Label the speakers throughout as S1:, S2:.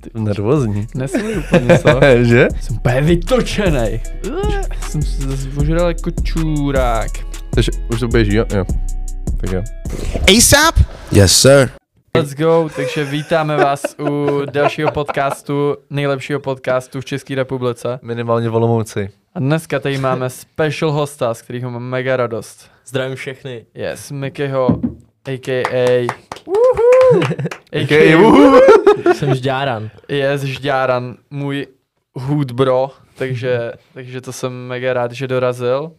S1: Ty, nervózní.
S2: Nesmím úplně, co?
S1: že?
S2: Jsem úplně vytočenej. Eh, Jsem se zase ožral jako čůrák.
S1: Takže už to běží, jo? jo. Tak jo.
S3: ASAP?
S4: Yes, sir.
S2: Let's go, takže vítáme vás u dalšího podcastu, nejlepšího podcastu v České republice.
S1: Minimálně v Olomouci.
S2: A dneska tady máme special hosta, z kterého mám mega radost.
S5: Zdravím všechny.
S2: Yes, Mikyho,
S1: Okay,
S2: a.k.a. a.k.a.
S1: uhu.
S5: Jsem žďáran.
S2: Yes, Žďáran, můj hood bro, takže, takže to jsem mega rád, že dorazil.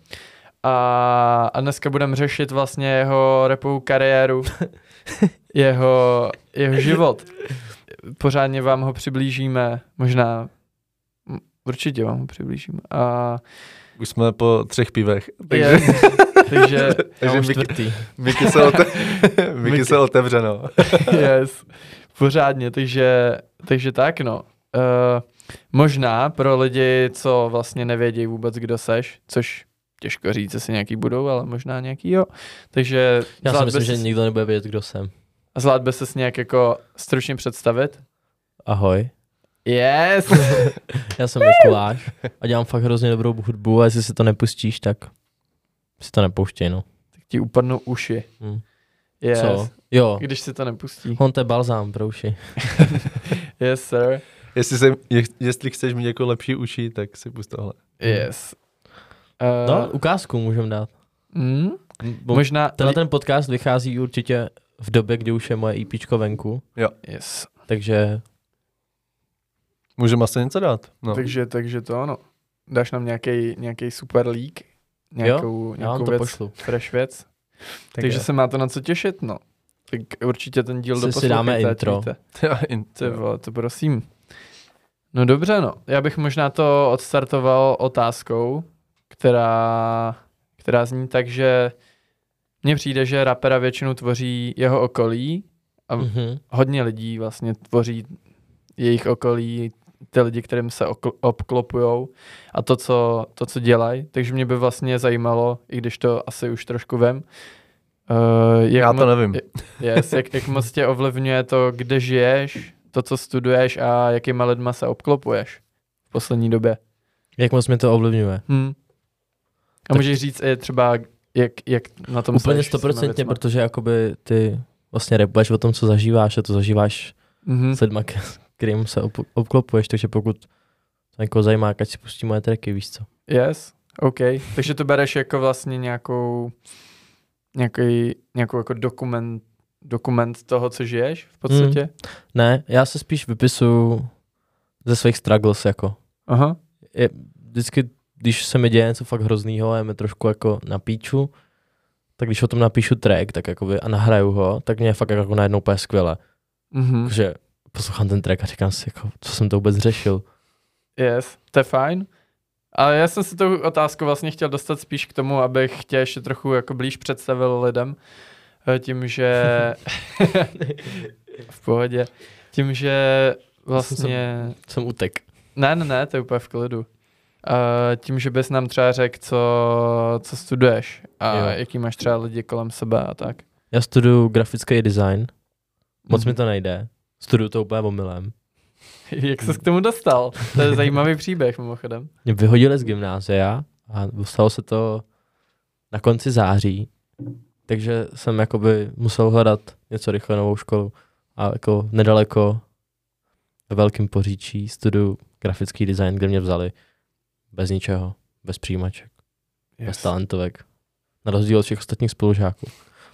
S2: A, a dneska budeme řešit vlastně jeho repovou kariéru, jeho, jeho život. Pořádně vám ho přiblížíme, možná, m, určitě vám ho přiblížíme. A,
S1: Už jsme po třech pivech. Takže,
S2: yes, takže,
S1: takže Miky,
S5: čtvrtý.
S1: Miky, se ote, Miky se otevře, no.
S2: yes, pořádně, takže, takže tak no. Uh, možná pro lidi, co vlastně nevědějí vůbec, kdo seš, což těžko říct, jestli nějaký budou, ale možná nějaký jo. Takže
S5: Já si
S2: zvládl
S5: myslím,
S2: bys-
S5: že nikdo nebude vědět, kdo jsem.
S2: zvládl bys se nějak jako stručně představit?
S5: Ahoj.
S2: Yes!
S5: Já jsem Mikuláš a dělám fakt hrozně dobrou hudbu a jestli si to nepustíš, tak si to nepouštěj, no.
S2: tak ti upadnou uši.
S5: Hmm.
S2: Yes.
S5: Co? Jo.
S2: Když si to nepustí.
S5: On to je balzám pro uši.
S2: Eh. Yes, sir.
S1: Jestli, se, je, jestli chceš mít jako lepší uši, tak si pust tohle.
S2: Yes.
S5: No,
S2: Uh,
S5: ukázku můžem dát.
S2: mm,
S5: Bo
S2: možná...
S5: tenhle ten podcast vychází určitě v době, kdy už je moje EPčko venku,
S2: Yes.
S5: takže
S1: Můžeme asi něco dát. No.
S2: Takže, takže to ano. Dáš nám nějaký nějaký super leak, nějakou,
S5: já vám
S2: nějakou
S5: to
S2: věc,
S5: pošlu.
S2: fresh věc.
S1: tak
S2: takže
S1: jo.
S2: se máte na co těšit, no. Tak určitě ten díl
S5: Si- si
S2: doposlouchejte.
S5: dáme
S2: ať
S5: intro.
S2: víte.
S1: Já in-
S2: Ty vole, to prosím. No dobře, no. Já bych možná to odstartoval otázkou, která, která zní tak, že mně přijde, že rapera většinou tvoří jeho okolí a
S5: Mhm.
S2: hodně lidí vlastně tvoří jejich okolí, ty lidi, kterým se okl- obklopujou a to co, to, co dělají. Takže mě by vlastně zajímalo, i když to asi už trošku vem, uh, jak,
S1: Já
S2: mo-
S1: to nevím.
S2: yes, jak, jak moc tě ovlivňuje to, kde žiješ, to, co studuješ a jakýma lidma se obklopuješ v poslední době.
S5: Jak moc mě to ovlivňuje?
S2: Hm. A
S5: Tak-
S2: můžeš říct i třeba, jak, jak na tom
S5: Úplně
S2: seš s těma
S5: stoprocentně,
S2: věcma.
S5: protože jakoby ty vlastně repuješ o tom, co zažíváš a to zažíváš
S2: Mhm.
S5: s lidma, k- s kterým se ob- obklopuješ, takže pokud to někoho zajímá, ať si pustí moje tracky, víš co.
S2: Yes, OK. Takže to bereš jako vlastně nějakou, nějaký, nějakou jako dokument, dokument toho, co žiješ v podstatě?
S5: Ne, já se spíš vypisuju ze svých struggles, jako.
S2: Aha,
S5: Je, vždycky, když se mi děje něco fakt hroznýho a je mi trošku jako na píču, tak když o tom napíšu track tak jakoby, a nahraju ho, tak mě je fakt jako najednou úplně skvěle.
S2: mhm.
S5: Že poslouchám ten track a říkám si, jako, co jsem to vůbec řešil.
S2: yes, to je fajn. Ale já jsem si tu otázku vlastně chtěl dostat spíš k tomu, abych tě ještě trochu jako blíž představil lidem, eh, tím, že v pohodě, tím, že vlastně...
S5: Jsem utek.
S2: Ne, ne, ne, to je úplně v klidu. Uh, tím, že bys nám třeba řekl, co, co studuješ a
S5: Jo.
S2: jo. jaký máš třeba lidi kolem sebe a tak.
S5: Já studuju grafický design, moc
S2: Mhm.
S5: mi to nejde. Studuju to úplně omylem.
S2: Jak ses k tomu dostal? To je zajímavý příběh mimochodem.
S5: Mě vyhodili z gymnázia a dostalo se to na konci září, takže jsem jakoby musel hledat něco rychle novou školu a jako nedaleko ve Velkém Poříčí studuju grafický design, kde mě vzali bez ničeho, bez přijímaček, yes. bez talentovek. Na rozdíl od všech ostatních spolužáků.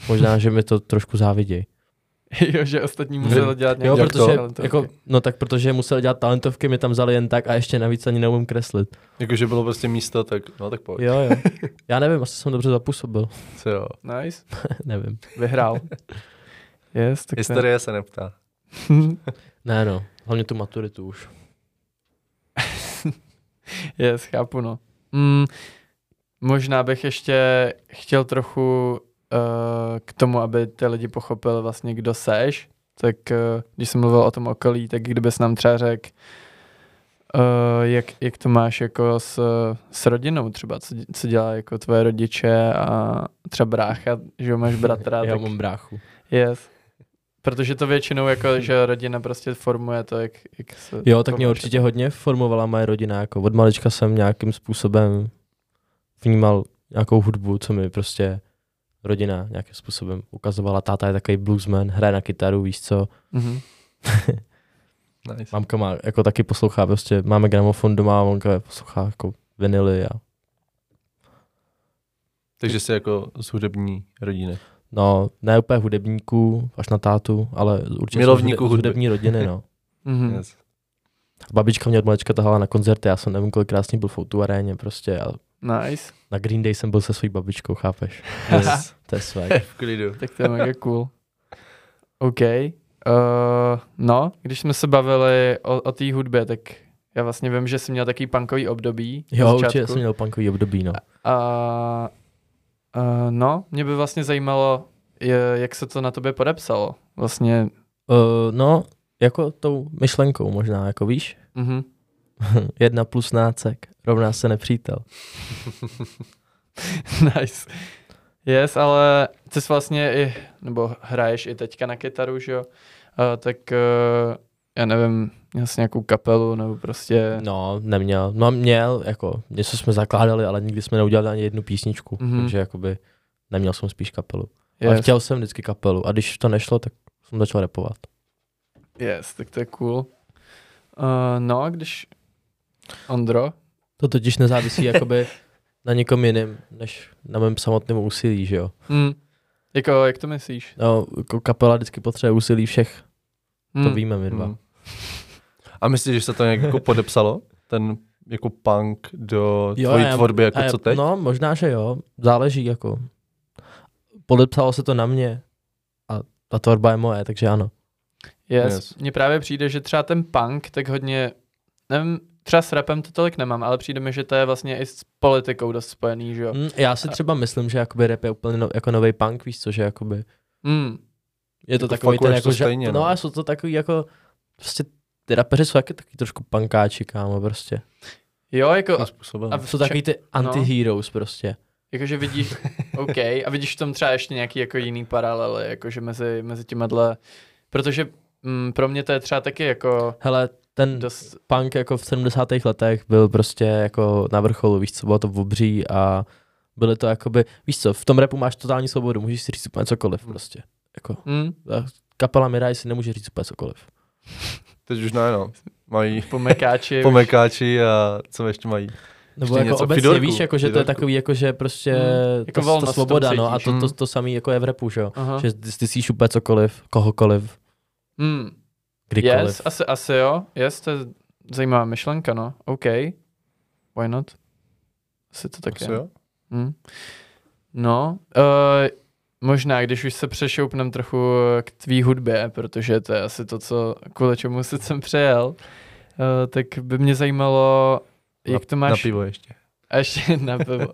S5: Možná, že mi to trošku závidějí.
S2: jo, že ostatní muselo dělat
S5: Jo,
S2: nějaké
S1: Jak
S5: protože,
S2: talentovky.
S5: jako, no tak protože musel dělat talentovky, mi tam vzali jen tak a ještě navíc ani neumím kreslit.
S1: Jakože bylo prostě místo, tak no tak pojď.
S5: Jo, jo. Já nevím, asi jsem dobře zapůsobil.
S1: Co jo.
S2: Nice,
S5: nevím.
S2: vyhrál. Yes, tak to je-
S1: Historie se neptá.
S5: Ne, no. Hlavně tu maturitu už.
S2: Yes, chápu, no. Mm, možná bych ještě chtěl trochu uh, k tomu, aby ty lidi pochopili vlastně, kdo seš, tak uh, když jsem mluvil o tom okolí, tak kdybys nám třeba řekl, uh, jak, jak to máš jako s, s rodinou třeba, co, dě- co dělá jako tvoje rodiče a třeba brácha, že jo, máš bratra,
S5: Já
S2: tak
S5: mám bráchu.
S2: yes. Protože to většinou jako, že rodina prostě formuje to, jak, jak se...
S5: Jo, tak mě
S2: považuje.
S5: určitě hodně formovala moje rodina. Jako od malička jsem nějakým způsobem vnímal nějakou hudbu, co mi prostě rodina nějakým způsobem ukazovala. Táta je takový bluesman, hraje na kytaru, víš co.
S2: Mhm.
S1: Nice.
S5: Mamka má, jako taky poslouchá, prostě máme gramofon doma a mamka poslouchá jako vinily a
S1: Takže jsi jako z hudební rodiny.
S5: no, ne úplně hudebníků, až na tátu, ale určitě
S1: Milovníků
S5: z hude- z
S1: hudby.
S5: hudební rodiny, no.
S2: Mhm.
S1: Yes.
S5: Babička mě od malička tahala na koncerty, já jsem nevím, kolikrát s ní byl v tu aréně prostě a
S2: Nice,
S5: na Green Day jsem byl se svojí babičkou, chápeš?
S1: yes.
S5: To je svek.
S1: v klidu.
S2: tak to je mega cool. OK. Uh, no, když jsme se bavili o, o té hudbě, tak já vlastně vím, že jsi měl takový punkový období. na
S5: Jo,
S2: začátku.
S5: určitě jsem měl punkový období, no.
S2: A uh, no, mě by vlastně zajímalo, je, jak se to na tobě podepsalo. Vlastně,
S5: Uh, no, jako tou myšlenkou možná, jako víš?
S2: mhm.
S5: Jedna plus nácek rovná se nepřítel.
S2: nice. Yes, ale ty jsi vlastně i, nebo hraješ i teďka na kytaru, že jo? Uh, tak uh, já nevím, měl jsi nějakou kapelu, nebo prostě...
S5: No, neměl. No měl, jako něco jsme zakládali, ale nikdy jsme neudělali ani jednu písničku,
S2: Mhm.
S5: mm-hmm. takže jakoby neměl jsem spíš kapelu. Yes. Ale
S2: Yes,
S5: chtěl jsem vždycky kapelu a když to nešlo, tak jsem začal repovat.
S2: yes, tak to je cool. Uh, no a když... Ondro?
S5: To totiž nezávisí jakoby na někom jiném, než na mém samotném úsilí, že jo.
S2: Mm. Jako, jak to myslíš?
S5: No, jako kapela vždycky potřebuje úsilí všech,
S2: Mm.
S5: to víme my dva.
S1: Hmm. A myslíš, že se to nějak jako podepsalo? Ten jako punk do
S5: Jo,
S1: jo, tvojí
S5: já-
S1: tvorby, jako
S5: A
S1: co teď? No.
S5: No, možná, že jo. Záleží jako. Podepsalo se to na mě a ta tvorba je moje, takže ano.
S2: Yes. yes.
S1: Yes.
S2: Mně právě přijde, že třeba ten punk, tak hodně, nevím, třeba s rapem to tolik nemám, ale přijde mi, že to je vlastně i s politikou dost spojený, že jo?
S5: Mm, já si třeba myslím, že jakoby rap je úplně no, jako nový punk, víš co, že jakoby Hmm.
S2: Mm.
S5: je to
S1: Jako
S5: jako takový ten
S1: fuckuješ to
S5: jako, ža-
S1: stejně,
S5: no.
S1: no.
S5: a jsou to takový jako, prostě ty rapeři jsou taky taky trošku pankáči, kámo, prostě.
S2: Jo, jako,
S1: Způsobem.
S2: a
S5: Jsou
S2: vča-
S5: takový ty anti-heroes prostě.
S2: jakože jako, vidíš, OK, a vidíš v tom třeba ještě nějaký jako jiný paralely, jakože mezi, mezi těma dle, protože mm, pro mě to je třeba taky jako
S5: Hele, ten
S2: dost,
S5: punk jako v 70. letech byl prostě jako na vrcholu, víš co, bylo to obří a byly to jakoby, víš co, v tom repu máš totální svobodu, můžeš si říct úplně cokoliv prostě. Jako,
S2: mm,
S5: a kapela Mirai si nemůže říct úplně cokoliv.
S1: Teď už ne, no. Mají
S2: pomekáči,
S1: pomekáči a co ještě mají?
S5: Nebo
S1: Ještě
S5: jako
S1: něco v
S5: obecně
S1: Fidorku,
S5: víš, jako, že to je
S1: Fidorku.
S5: takový, jako, že prostě
S2: Mm, jako
S5: ta,
S2: volnost
S5: ta
S2: v tom No.
S5: svoboda, no, a to,
S1: cítíš.
S5: to, to samý jako je v repu, že jo.
S2: Aha.
S5: Že ty ty jsi úplně cokoliv, kohokoliv,
S2: Mm.
S5: kdykoliv.
S2: Yes, asi, asi jo. Yes, to je zajímavá myšlenka, no. OK. Why not? Asi to tak
S1: Asi
S2: je.
S1: jo?
S2: Hmm. No, uh, možná, když už se přešoupnem trochu eh, k tvý hudbě, protože to je asi to, co, kvůli čemu se sem přejel, uh, tak by mě zajímalo, jak to
S1: Na
S2: máš...
S1: pivo ještě.
S2: A ještě na pivo.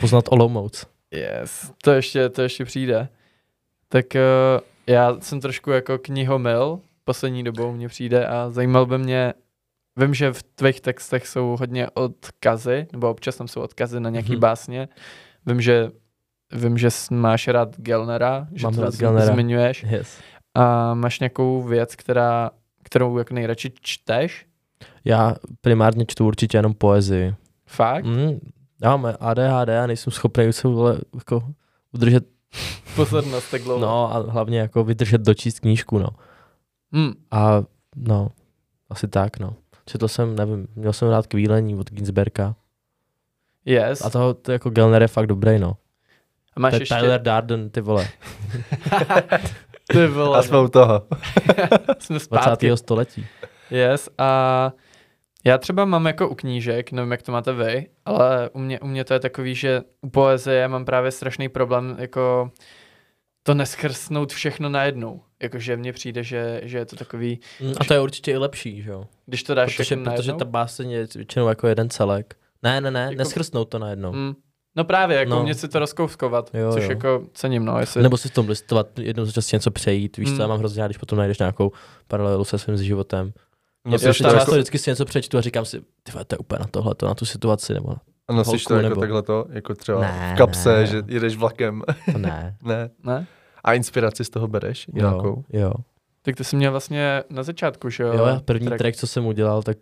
S5: Poznat Olomouc.
S2: Yes, to ještě, to ještě přijde. Tak uh, já jsem trošku jako knihomil, poslední dobou mě přijde a zajímal by mě, vím, že v tvých textech jsou hodně odkazy, nebo občas tam jsou odkazy na nějaký
S5: Mhm.
S2: básně. Vím, že vím, že s- máš rád Gelnera, že
S5: Mám
S2: to
S5: rád
S2: z-
S5: Gellnera.
S2: zmiňuješ.
S5: Yes.
S2: A máš nějakou věc, která, kterou jako nejradši čteš?
S5: Já primárně čtu určitě jenom poezii.
S2: Fakt?
S5: Mm, já mám ADHD a nejsem schopný se vole, jako udržet,
S2: Pozornost tak dlouho.
S5: no a hlavně jako vydržet dočíst knížku, no.
S2: Hmm.
S5: A no, asi tak, no. Četl jsem, nevím, měl jsem rád kvílení od Ginsberka.
S2: Yes.
S5: A toho, to jako Gelner je fakt dobrý, no.
S2: A máš
S5: To je
S2: ještě...
S5: Tyler Darden, ty vole,
S2: Ty vole,
S1: A jsme u toho.
S2: jsme zpátky.
S5: 20. století.
S2: Yes, a já třeba mám jako u knížek, nevím, jak to máte vy, ale u mě, u mě to je takový, že u poezie mám právě strašný problém jako to neschrstnout všechno najednou. Jakože mně přijde, že, že je to takový,
S5: Mm, A to je určitě i lepší, že jo.
S2: když to dáš
S5: Protože,
S2: všechno
S5: protože
S2: najednou.
S5: ta báseň je většinou jako jeden celek. Ne, ne, ne,
S2: Jako-
S5: neschrstnout to najednou.
S2: Mm. No právě, jako
S5: No.
S2: no. mě si to rozkouskovat,
S5: Jo,
S2: jo, což
S5: jo.
S2: jo. jako cením, no, jestli...
S5: Nebo si v tom listovat, jednou za čas si něco přejít, víš co, já
S2: Mm.
S5: mám hrozně rád, když potom najdeš nějakou paralelu se svým životem.
S2: Mě
S1: Nosíš
S5: Nosíš
S2: Nosíš
S5: to,
S1: to
S2: tam
S5: často
S1: jako,
S5: vždycky si něco přečtu a říkám si, ty vole, to je úplně na tohle, to na tu situaci, nebo na
S1: a nosíš to
S5: holku
S1: jako
S5: nebo-
S1: takhle to, jako třeba
S5: Ne,
S1: v kapse,
S5: ne.
S1: že jedeš vlakem.
S5: to ne.
S1: ne.
S2: Ne?
S1: A inspiraci z toho bereš nějakou?
S5: Jo, jo.
S2: Tak ty jsi měl vlastně na začátku, že jo?
S5: jo já první track.
S2: track.
S5: track, co jsem udělal, tak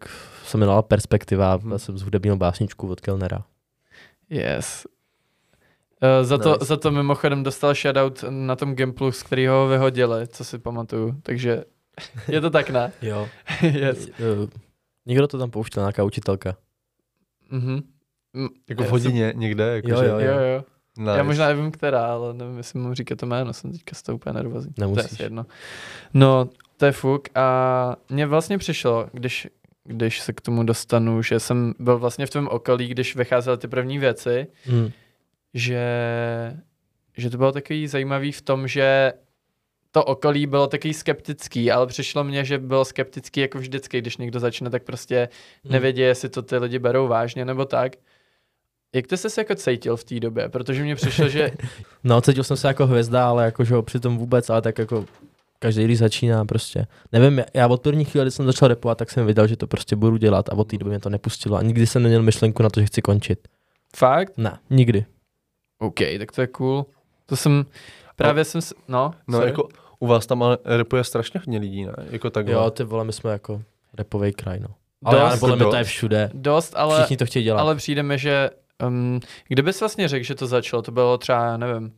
S5: se jmenoval Perspektiva.
S1: Mhm.
S5: Já jsem zhudebnil básničku od Kellnera.
S2: Yes. Eh, za, to,
S1: Nice.
S2: za to mimochodem dostal shoutout na tom Gimplu, z kterého ho vyhodili, co si pamatuju. Takže je to tak, ne?
S5: Jo.
S2: yes.
S5: Eh, Někdo to tam pouštěl, nějaká učitelka.
S2: Mhm. Mm,
S1: Jako v
S2: já
S1: hodině někde? Jako
S5: Jo,
S1: že...
S5: jo,
S2: Jsem, jo, jo.
S1: Nice.
S2: Já možná nevím, která, ale nevím, jestli mu říkat to jméno, jsem teďka z toho úplně nervózní. To je
S5: Nemusíš.
S2: asi jedno. No, to je fuk a mně vlastně přišlo, když, když se k tomu dostanu, že jsem byl vlastně v tom okolí, když vycházely ty první věci,
S5: Mm.
S2: že, že to bylo takový zajímavý v tom, že to okolí bylo takový skeptický, ale přišlo mně, že bylo skeptický jako vždycky, když někdo začne, tak prostě
S5: Hmm.
S2: nevědí, jestli to ty lidi berou vážně nebo tak. Jak ty jsi se jako cítil v té době? Protože mně přišlo, že
S5: No, cítil jsem se jako hvězda, ale jako, že jo, přitom vůbec, ale tak jako každý, když začíná prostě. Nevím, já- já od první chvíle, kdy jsem začal repovat, tak jsem věděl, že to prostě budu dělat a od té doby mě to nepustilo. A nikdy jsem neměl myšlenku na to, že chci končit.
S2: fakt,
S5: Ne, nikdy.
S2: OK, tak to je cool. To jsem, právě jsem, s- no,
S1: No
S2: sorry.
S1: jako u vás tam ale repuje strašně hodně lidí, ne? Jako takhle.
S5: Jo, ty vole, my jsme jako repovej kraj, no. Ale já,
S2: dost,
S5: podle mě to je
S1: dost.
S5: všude.
S2: dost,
S5: Ale,
S2: ale,
S5: Všichni to chtějí dělat.
S2: ale přijde mi, že um, kdybys vlastně řekl, že to začalo, to bylo třeba, já nevím,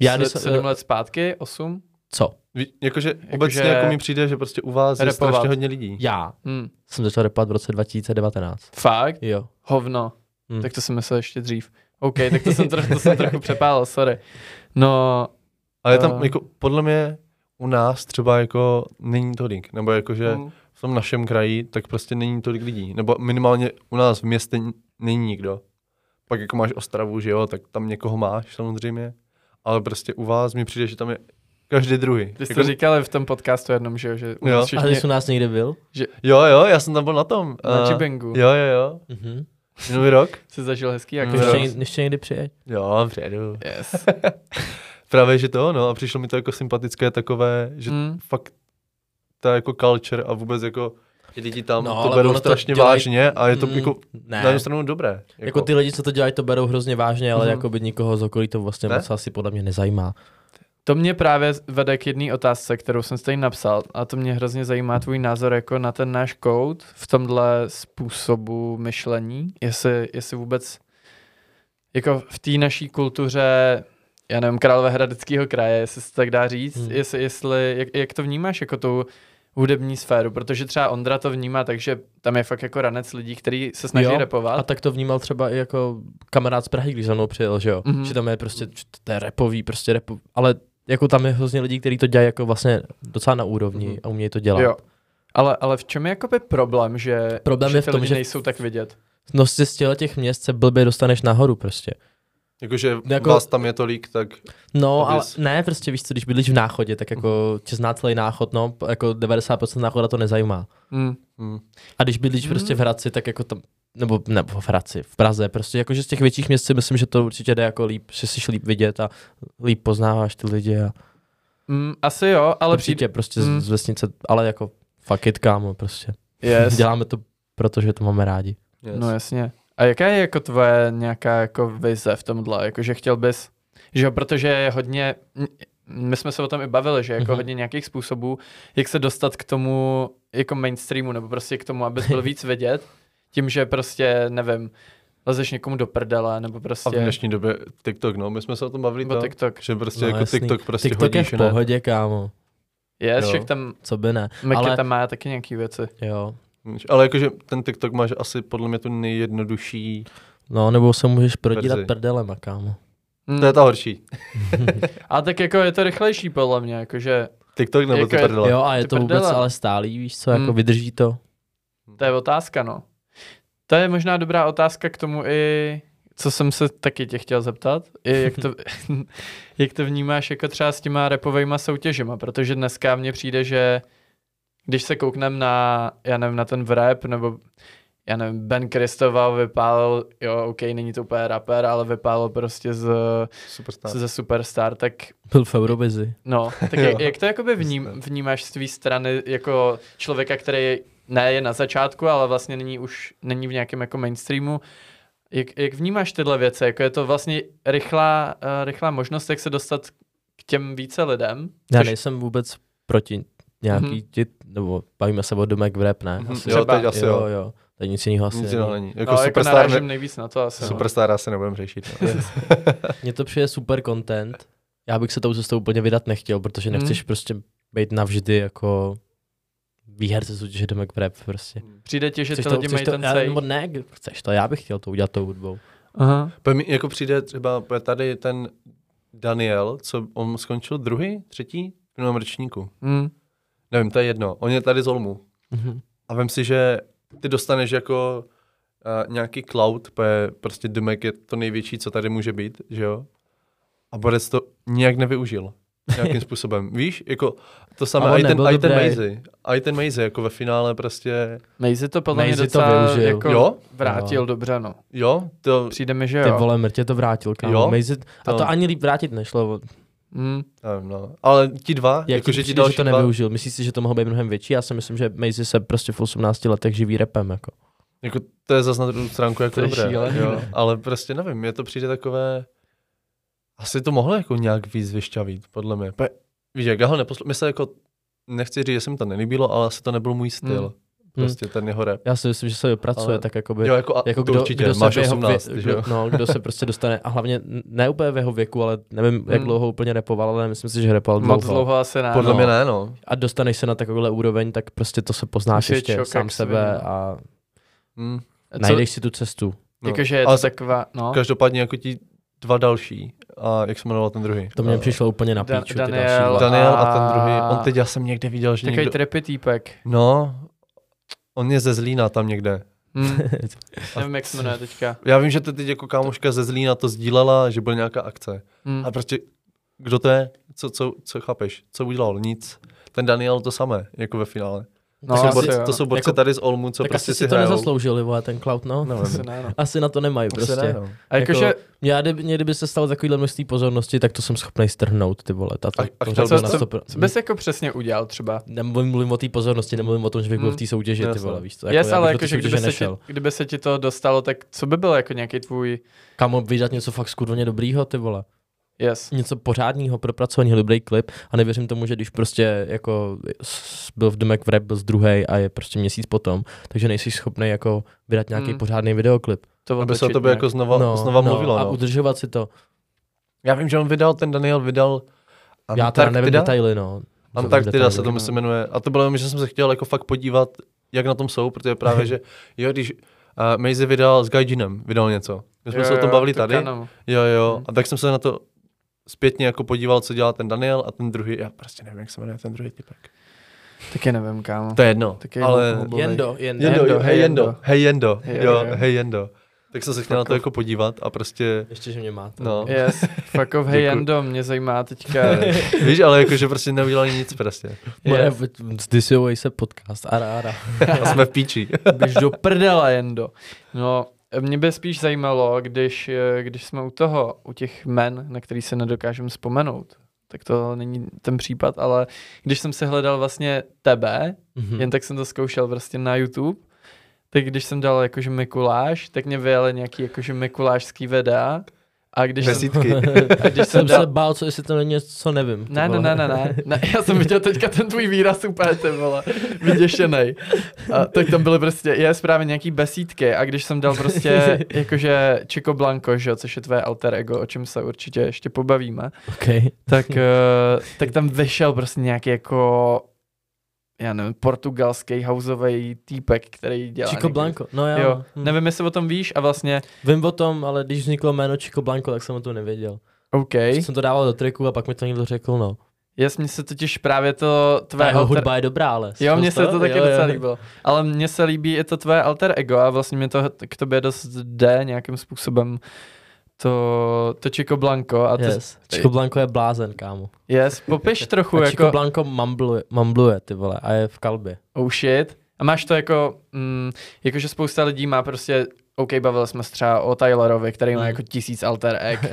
S5: já,
S2: já,
S5: když
S2: se, sedm
S5: jsem,
S2: let zpátky, osm?
S5: co?
S1: Ví- Jakože
S2: Jakože-
S1: obecně jako mi přijde, že prostě u vás je
S2: Repovat.
S1: strašně hodně lidí.
S5: Já
S2: Hmm,
S5: jsem začal repovat v roce 2019.
S2: fakt?
S5: Jo.
S2: Hovno.
S1: Hm.
S5: Hmm.
S2: Tak to jsem myslel ještě dřív. OK, tak to jsem, trochu, to jsem trochu přepálil, sorry. No,
S1: Ale je tam
S2: Eh.
S1: jako podle mě u nás třeba jako není tolik, nebo jakože
S2: hm,
S1: v tom našem kraji tak prostě není tolik lidí, nebo minimálně u nás v městě n- není nikdo. Pak jako máš Ostravu, že jo, tak tam někoho máš samozřejmě, ale prostě u vás mi přijde, že tam je každý druhý.
S2: vy jste
S1: Jako,
S2: říkali v tom podcastu jednom, že, jo, že u
S1: Jo.
S2: nás
S5: A ty
S2: všichni
S5: jsi u nás někdy byl?
S1: jo, jo, já jsem tam byl na tom.
S2: na
S1: eh,
S2: Jibengu.
S1: jo, jo, jo,
S5: Mhm.
S1: minulý rok.
S2: Jsi zažil hezký
S1: Jo.
S2: jako
S5: Ještě,
S1: No, Jo.
S5: někdy- ještě někdy přijeď.
S1: Jo, přijedu.
S2: Yes.
S1: Právě, že to, no, a přišlo mi to jako sympatické takové, že
S2: Hmm.
S1: fakt ta jako culture a vůbec jako ti lidi tam
S5: No,
S1: no, to
S5: ale
S1: berou
S5: ono to
S1: strašně
S5: dělají-
S1: vážně a je to
S5: Mm,
S1: jako
S5: ne.
S1: na jednu stranu dobré. Jako,
S5: Jako ty lidi, co to dělají, to berou hrozně vážně, ale
S1: Mhm.
S5: mm-hmm. jako by nikoho z okolí to vlastně
S1: Ne?
S5: ne? moc asi podle mě nezajímá.
S2: To mě právě vede k jedné otázce, kterou jsem si tady napsal a to mě hrozně zajímá tvůj názor jako na ten náš kód v tomhle způsobu myšlení, jestli, jestli vůbec jako v té naší kultuře, já nevím, Královéhradeckého kraje, jestli se to tak dá říct,
S5: Hmm.
S2: hmm. jestli, jestli jak, jak to vnímáš jako tu hudební sféru, protože třeba Ondra to vnímá, takže tam je fakt jako ranec lidí, kteří se snaží
S5: Jo,
S2: repovat.
S5: A tak to vnímal třeba i jako kamarád z Prahy, když za mnou přijel, že jo?
S2: Mhm.
S5: Mm-hmm. Že tam je prostě, to je repový, prostě repo, ale jako tam je hrozně lidí, kteří to dělají jako vlastně docela na úrovni
S1: Mhm.
S5: mm-hmm. a umějí to dělat.
S2: Jo. Ale, ale v čem je jakoby problém, že,
S5: Problém
S2: že
S5: je v
S2: ty
S5: tom,
S2: lidi
S5: že-
S2: nejsou tak vidět?
S5: No z z těle těch měst se blbě dostaneš nahoru prostě.
S1: Jakože jako,
S5: Jako-
S1: vás tam je tolik, tak
S5: No, ale
S1: Abys.
S5: ne, prostě víš co, když bydlíš v náchodě, tak jako tě zná celý náchod, no, jako 90% náchoda to nezajímá.
S2: Hmm.
S1: hm,
S5: A když bydlíš
S2: Hmm.
S5: hmm. prostě v Hradci, tak jako tam, nebo ne, v Hradci, v Praze, prostě jako, že z těch větších měst si myslím, že to určitě jde jako líp, že jsi líp vidět a líp poznáváš ty lidi a
S2: Mm, asi jo, ale
S5: ale
S2: přijde,
S5: určitě prostě
S2: Hmm.
S5: z, z vesnice, ale jako fuck it, kámo, prostě.
S2: Yes.
S5: Děláme to, protože to máme rádi.
S1: yes.
S2: No jasně. A jaká je jako tvoje nějaká jako vize v tomhle? Jako, že chtěl bys, že jo, protože je hodně, m- my jsme se o tom i bavili, že jako
S5: Mhm.
S2: hodně nějakých způsobů, jak se dostat k tomu jako mainstreamu, nebo prostě k tomu, abys byl víc vidět, tím, že prostě, nevím, lezeš někomu do prdele, nebo
S1: A v
S2: prostě,
S1: dnešní době TikTok, no, my jsme se o tom bavili,
S2: nebo
S1: to,
S2: TikTok.
S1: že prostě
S5: No,
S1: jako
S5: jasný.
S1: TikTok prostě
S5: TikTok je
S1: hodíš,
S5: v
S1: ne?
S5: pohodě, kámo,
S2: Yes,
S1: Jo.
S2: že tam
S5: co by ne,
S2: Mikita
S5: Ale-
S2: tam má taky nějaký věci.
S5: jo.
S1: Ale jakože ten TikTok máš asi podle mě tu nejjednodušší,
S5: No, nebo se můžeš prodírat
S1: Verzi.
S5: prdelema, kámo.
S2: Mm.
S1: to je ta horší.
S2: A tak jako je to rychlejší podle mě, jakože
S1: TikTok nebo
S2: Jako
S1: ty
S2: je-
S1: prdele. Mm.
S5: Jo, a je
S2: Ty
S5: to vůbec
S2: prdele.
S5: ale stálý, víš co,
S2: Hmm.
S5: jako vydrží to.
S1: Hm.
S2: To je otázka, no. To je možná dobrá otázka k tomu i, co jsem se taky tě chtěl zeptat, i jak to, jak to vnímáš jako třeba s těma repovejma soutěžima, protože dneska mně přijde, že když se kouknem na, já nevím, na ten rap, nebo já nevím, Ben Kristova vypálil, jo, OK, není to úplně rapper, ale vypálil prostě z,
S1: Superstar.
S2: ze Superstar, tak
S5: Byl v Eurovizi.
S2: No, tak
S1: Jo.
S2: jak, jak to jakoby vním,
S1: Jasné.
S2: vnímáš z tvý strany jako člověka, který ne je na začátku, ale vlastně není už není v nějakém jako mainstreamu. Jak, jak vnímáš tyhle věci? Jako je to vlastně rychlá, eh, rychlá možnost, jak se dostat k těm více lidem.
S5: Já
S2: což-
S5: nejsem vůbec proti nějaký
S2: Mhm.
S5: mm-hmm. ti, nebo bavíme se o domek v rap, ne?
S1: Mhm,
S5: Asi.
S1: jo, teď asi jo.
S5: jo. jo. Teď nic jiného asi
S1: Nic
S5: není.
S1: jiného není. Jako
S2: Jako no, jako
S1: superstar,
S2: narážím
S1: jako
S2: nejvíc na to asi.
S1: ne,
S2: no.
S1: superstar asi nebudeme řešit. No.
S5: Mně to přijde super content. Já bych se tou cestou úplně vydat nechtěl, protože
S2: Mhm.
S5: nechceš prostě být navždy jako výherce soutěže domek v rap prostě.
S2: no. Přijde ti, že
S5: Chceš
S2: ty lidi mají
S5: to,
S2: ten
S5: já-
S2: sej.
S5: nebo ne, chceš to, já bych chtěl to udělat tou hudbou.
S2: Aha.
S1: Pe- mi- jako přijde třeba pe- tady ten Daniel, co on skončil druhý, třetí v novém ročníku.
S2: Mm.
S1: Nevím, to je jedno. On je tady z Olmu.
S5: Mhm.
S1: A vem si, že ty dostaneš jako uh, nějaký cloud, protože prostě Domek je to největší, co tady může být, že jo? A Borec to nějak nevyužil. Nějakým způsobem. Víš, jako to
S5: A on
S1: samé, i ten,
S5: nebyl
S1: i ten
S5: dobrý.
S1: Maizy. A i ten Maizy, jako ve finále prostě,
S2: Mejzi to podle mě
S5: Mejzi to
S2: docela
S5: využil.
S2: jako
S1: Jo?
S2: vrátil
S5: Jo.
S2: dobře, no.
S1: jo, to,
S2: Přijde mi, že
S5: Ty
S2: jo.
S5: vole, mrtě to vrátil, kámo.
S1: Jo,
S5: Mejzi, a
S1: to-
S5: to ani líp vrátit nešlo.
S2: Mm.
S1: nevím, no. Ale ti dva,
S5: Jak
S1: jako,
S5: ti
S1: že ti
S5: přijde,
S1: další
S5: že to
S1: dva,
S5: nevyužil? Myslíš si, že to mohlo být mnohem větší? Já si myslím, že Mejzi se prostě v 18 letech živí repem. Jako.
S1: Jako to je zase na druhou stránku jako
S2: To je
S1: dobré,
S2: šílený,
S1: jo.
S2: ne?
S1: ale prostě nevím, mně to přijde takové, asi to mohlo jako nějak víc vyšťavit, podle mě. Pe, víš, jak já ho neposl... mě se jako, nechci říct, že se mi to nelíbilo, ale asi to nebyl můj
S5: Hmm.
S1: styl, prostě ten jeho rap.
S5: Já si myslím, že se dopracuje
S1: Ale-
S5: tak jakoby...
S1: Jo, jako, a
S5: jako
S1: to
S5: kdo,
S1: určitě,
S5: kdo se
S1: máš
S5: v jeho
S1: 18,
S5: vě,
S1: že jo?
S5: kdo, no, kdo se prostě dostane, a hlavně n- ne úplně v jeho věku, ale nevím, jak
S2: Hmm.
S5: dlouho úplně repoval, ale myslím si, že repoval dlouho.
S2: Moc dlouho asi ne.
S1: Podle
S2: no.
S1: mě ne, no.
S5: A dostaneš se na takovouhle úroveň, tak prostě to se poznáš
S2: Už je
S5: ještě
S2: šok,
S5: sám
S2: jak se
S5: sebe
S2: vyvíjí.
S5: a
S1: Hm.
S2: Co-
S5: najdeš si tu cestu.
S1: no.
S2: Jakože je
S1: ale
S2: to taková, no.
S1: Každopádně jako ti dva další, a jak se jmenoval ten druhý?
S5: To mě
S1: A-
S5: přišlo úplně na
S2: Da-
S5: píču, ty
S2: Daniel
S5: další dva.
S1: Daniel a ten
S2: A-
S1: druhý, on teď já jsem někde viděl, že
S2: Takový
S1: někdo...
S2: trepy týpek.
S1: No, on je ze Zlína tam někde.
S2: Mm. Nevím, jak se jmenuje teďka.
S1: Já vím, že to teď jako kámoška ze Zlína to sdílela, že byla nějaká akce.
S2: Mm.
S1: A prostě, kdo to je? Co, co, co chápeš? Co udělal? Nic. Ten Daniel to samé, jako ve finále.
S2: No,
S1: to,
S2: asi
S1: jsou borci,
S2: jo.
S1: to jsou borci
S5: Jako-
S1: tady z Olmu, co
S5: tak
S1: prostě
S5: asi
S1: si
S5: si to
S1: hrajou.
S5: nezasloužili, vole, ten Cloud, no.
S1: No,
S2: Asi ne, no.
S5: Asi na to nemají prostě.
S1: no.
S2: A jakože,
S5: Jako- Já, kdyby, mě kdyby se stalo takovýhle množství pozornosti, tak to jsem schopný strhnout, ty vole. Tato,
S1: A- a chtěl
S5: pořád
S1: bys to-
S5: na 100%.
S2: co bys jako přesně udělal třeba?
S5: Nemluvím mluvím o té pozornosti, nemluvím o tom, že bych byl
S2: Hmm.
S5: v té soutěži, ty
S1: Jasně.
S5: vole, víš co.
S2: Jako, yes,
S5: já
S2: ale
S5: bych do té
S2: jakože,
S5: soutěže
S2: kdyby se, ti, kdyby se ti to dostalo, tak co by byl jako nějaký tvůj
S5: Kamo, vydat něco fakt skurveně dobrýho, ty vole.
S2: yes?
S5: Něco pořádního, propracovaného, dobrý klip a nevěřím tomu, že když prostě jako s- byl v Domek v rap, byl z druhej a je prostě měsíc potom, takže nejsi schopný jako vydat nějaký
S2: Mm.
S5: pořádný videoklip.
S2: To
S1: Aby se o
S2: otočit
S1: tobě
S2: nějak.
S1: jako znova, no, znova no, mluvilo.
S5: A
S1: No.
S5: udržovat si to.
S1: Já vím, že on vydal, ten Daniel vydal
S5: Já teda nevím
S1: Antarktida.
S5: detaily, no.
S1: Antarktida se to
S5: Detaily.
S1: myslím jmenuje. A to bylo, jenom, že jsem se chtěl jako fakt podívat, jak na tom jsou, protože právě, že jo, když uh, Maisie vydal s Gaijinem, vydal něco. My jsme
S2: Jo,
S1: se o tom
S2: jo,
S1: bavili
S2: to
S1: tady.
S2: kanou.
S1: Jo, jo.
S2: Mhm.
S1: A tak jsem se na to zpětně jako podíval, co dělá ten Daniel a ten druhý, já prostě nevím, jak se jmenuje ten druhý typek.
S2: Taky nevím, kámo.
S1: To je jedno,
S2: Taky
S1: ale...
S2: hlubo-
S5: Jendo,
S1: Jendo,
S5: jendo.
S2: Jendo,
S1: jo,
S2: hej,
S1: hej Jendo,
S2: Jendo.
S1: hej Jendo,
S2: Hej,
S1: jo,
S2: jo.
S1: hej Jendo. Tak jsem se chtěl na to
S2: Fuck off.
S1: jako podívat a prostě,
S5: Ještě, že mě máte.
S1: no.
S2: Yes, fuck off, hey
S1: Děkuju.
S2: Endo, mě zajímá teďka.
S1: Víš, ale jakože prostě neudělali nic prostě.
S5: Moje
S2: Yes.
S5: Zdisujovej se podcast, ara, ara.
S1: A jsme v píči.
S2: Běž do prdele, Jendo. No, mě by spíš zajímalo, když, eh, když jsme u toho, u těch men, na který se nedokážem vzpomenout, tak to není ten případ, ale když jsem se hledal vlastně tebe,
S5: Mhm.
S2: jen tak jsem to zkoušel prostě na YouTube, tak když jsem dal jakože Mikuláš, tak mě vyjeli nějaký jakože Mikulášský videa a když jsem,
S1: Desítky.
S2: a když jsem
S5: jsem se
S2: dal...
S5: bál, co jestli to není něco, co nevím. ty
S2: Ne, ne,
S5: vole.
S2: ne, ne, ne, ne, já jsem viděl teďka ten tvůj výraz úplně, ty vole, vyděšenej. A, tak tam byly prostě, je právě nějaký besídky a když jsem dal prostě jakože Chico Blanco, že jo, což je tvé alter ego, o čem se určitě ještě pobavíme,
S5: OK.
S2: tak, eh, tak tam vyšel prostě nějaký jako, já nevím, portugalský houseový týpek, který dělá
S5: Chico
S2: někdy-
S5: Blanco, no já.
S2: Jo,
S5: hm.
S2: nevím, jestli o tom víš a vlastně,
S5: Vím o tom, ale když vzniklo jméno Chico Blanco, tak jsem o tom nevěděl.
S2: OK,
S5: Ej? Jsem to dával do triku a pak mi to někdo řekl, no.
S2: jasně se totiž právě to
S5: Ta
S2: tvé
S5: jeho
S2: alter
S5: hudba je dobrá, ale.
S2: Jo, mně se
S5: Slyšel
S2: to
S5: jsi
S2: taky
S5: Jo, jo.
S2: docela líbilo. Ale mně se líbí i to tvoje alter ego a vlastně mi to k tobě dost jde nějakým způsobem to, to Chico Blanco a ty, yes,
S5: Yes. Chico Blanco je blázen, kámo.
S2: yes popiš trochu
S5: A Chico
S2: jako,
S5: Blanco mambluje, mambluje, ty vole, a je v kalbě.
S2: oh shit, a máš to jako, mm, jakože spousta lidí má prostě, OK, bavili jsme se třeba o Tylerovi, který má
S5: Mm.
S2: jako tisíc alter egg.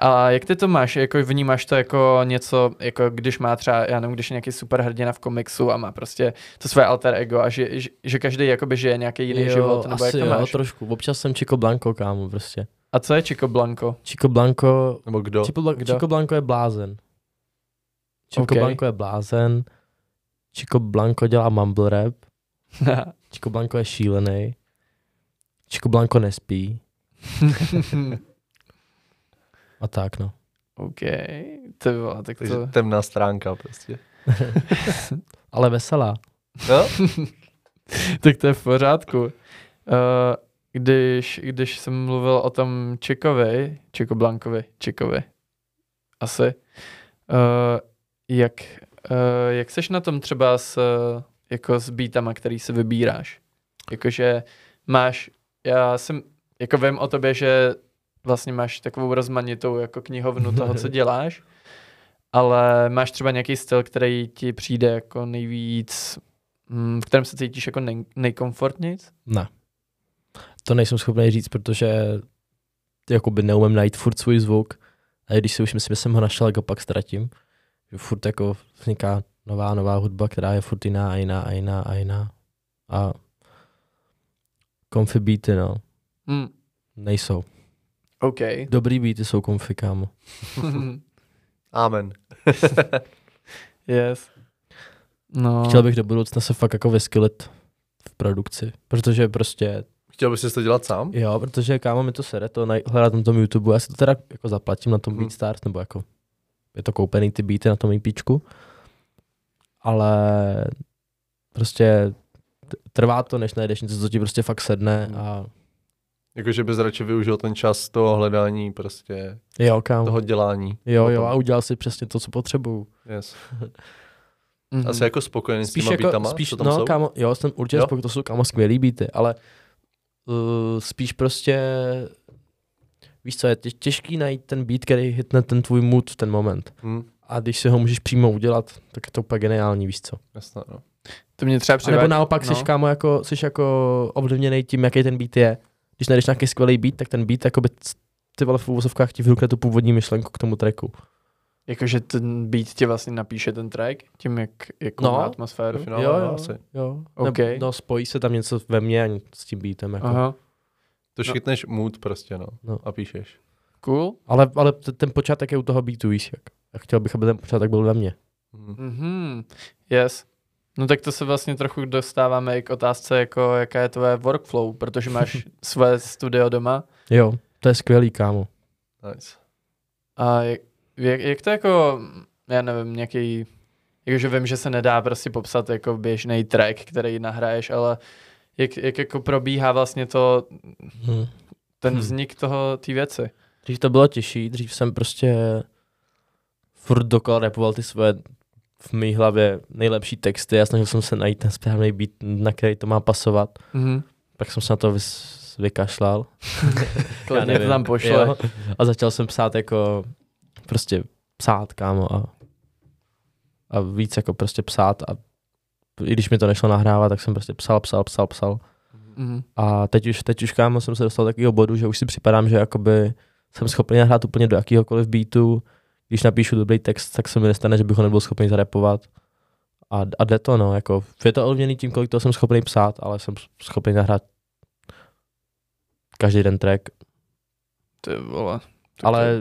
S2: A jak ty to máš, jako vnímáš to jako něco, jako když má třeba, já nevím, když je nějaký superhrdina v komiksu a má prostě to své alter ego a že, že, že každý jakoby žije nějaký jiný
S5: jo,
S2: život, nebo jak
S5: asi
S2: to
S5: jo,
S2: máš?
S5: trošku. Občas jsem Chico Blanco, kámo, prostě.
S2: A co je Chico Blanco?
S5: Chico Blanco,
S1: Nebo kdo?
S5: Chico, Blanco
S2: Kdo?
S5: Chico Blanco je blázen. Chico
S2: Okay.
S5: Blanco je blázen, Chico Blanco dělá mumble rap, Chico Blanco je šílený, Chico Blanco nespí a tak no.
S2: OK, ty vole, tak
S1: Takže
S2: to...
S1: temná stránka prostě.
S5: Ale veselá.
S1: No?
S2: tak to je v pořádku. Uh, když, když jsem mluvil o tom Čekovi, Čeko Blankovi, Čekovi, asi, uh, jak, uh, jak seš na tom třeba s, eh, jako s beatama, který si vybíráš? Jakože máš, já jsem, jako vím o tobě, že vlastně máš takovou rozmanitou jako knihovnu toho, co děláš, ale máš třeba nějaký styl, který ti přijde jako nejvíc Mm, v kterém se cítíš jako nej- nejkomfortnějc?
S5: Ne. To nejsem schopný říct, protože jakoby neumím najít furt svůj zvuk a když si už myslím, že jsem ho našel, tak ho pak ztratím. Že furt jako vzniká nová, nová hudba, která je furt jiná a jiná a jiná a jiná. A comfy beaty, no,
S2: Mm.
S5: nejsou.
S2: OK.
S5: Dobrý beaty jsou comfy, kámo.
S1: Amen.
S2: yes. No,
S5: Chtěl bych do budoucna se fakt jako vyskylit v produkci, protože prostě
S1: Chtěl bys to dělat sám?
S5: Jo, protože kámo mi to sere, to naj- hledat na tom YouTube, já si to teda jako zaplatím na tom
S1: Mhm.
S5: hmm. BeatStars, nebo jako je to koupený ty beaty na tom IPčku, ale prostě t- trvá to, než najdeš něco, co ti prostě fakt sedne a
S1: Jakože bys radši využil ten čas toho hledání prostě,
S5: jo kámo,
S1: toho dělání.
S5: jo jo
S1: potom.
S5: a udělal si přesně to, co potřebuju.
S1: Yes.
S2: mhm.
S1: Asi jako spokojený s těma beatama,
S5: spíš,
S1: co tam
S5: no,
S1: jsou?
S5: Kámo, jo, jsem určitě
S1: Jo?
S5: spoko, to jsou kámo skvělý beaty, ale uh, spíš prostě, víš co, je těž, těžký najít ten beat, který hitne ten tvůj mood v ten moment.
S1: Hm,
S5: A když si ho můžeš přímo udělat, tak je to úplně geniální, víš co.
S1: jasné, no.
S2: to mě třeba
S5: A nebo
S2: přivádí.
S5: naopak
S2: no.
S5: no. jsi, kámo, jako, jsi jako ovlivněný tím, jaký ten beat je. Když najdeš nějaký skvělý beat, tak ten beat jakoby c- ty vole v úvozovkách ti vyrukne tu původní myšlenku k tomu tracku.
S2: Jakože ten beat ti vlastně napíše ten track, tím jak, jak
S5: No.
S2: má
S1: Do
S2: atmosféru.
S1: finále,
S5: jo,
S1: jo,
S5: jo.
S1: jo. Asi.
S5: Jo.
S2: OK.
S5: Nebo, no, spojí se tam něco ve mně a s tím beatem. Jako.
S2: Aha,
S1: To
S2: No.
S1: škytneš mood prostě, no.
S5: No.
S1: A píšeš.
S2: cool.
S5: Ale, ale t- ten počátek je u toho beatu, víš jak. A chtěl bych, aby ten počátek byl ve mně.
S1: Hm.
S2: Mhm. Yes. No tak to se vlastně trochu dostáváme i k otázce, jako jaká je tvoje workflow, protože máš své studio doma.
S5: Jo, to je skvělý, kámo.
S1: Nice.
S2: A jak, jak, jak to jako, já nevím, nějaký, jakože vím, že se nedá prostě popsat jako běžný track, který nahraješ, ale jak, jak jako probíhá vlastně to,
S5: Hm.
S2: ten
S5: Hmm.
S2: vznik toho, té věci.
S5: Dřív to bylo těžší, dřív jsem prostě furt dokola repoval ty svoje v mý hlavě nejlepší texty a snažil jsem se najít ten správný beat, na který to má pasovat.
S2: Mhm.
S5: Pak jsem se na to vys- vykašlal.
S2: Klidně to tam pošle.
S5: Jo. A začal jsem psát jako, prostě psát, kámo, a, a víc jako prostě psát a i když mi to nešlo nahrávat, tak jsem prostě psal, psal, psal, psal. Hm.
S2: Mhm.
S5: A teď už, teď už kámo jsem se dostal do takového bodu, že už si připadám, že jakoby jsem schopný nahrát úplně do jakýhokoliv beatu. Když napíšu dobrý text, tak se mi nestane, že bych ho nebyl schopný zarepovat. A, a jde to, no, jako je to ovlivněný tím, kolik toho jsem schopný psát, ale jsem schopný nahrát každý den track.
S2: Ty vole.
S5: Tak ale,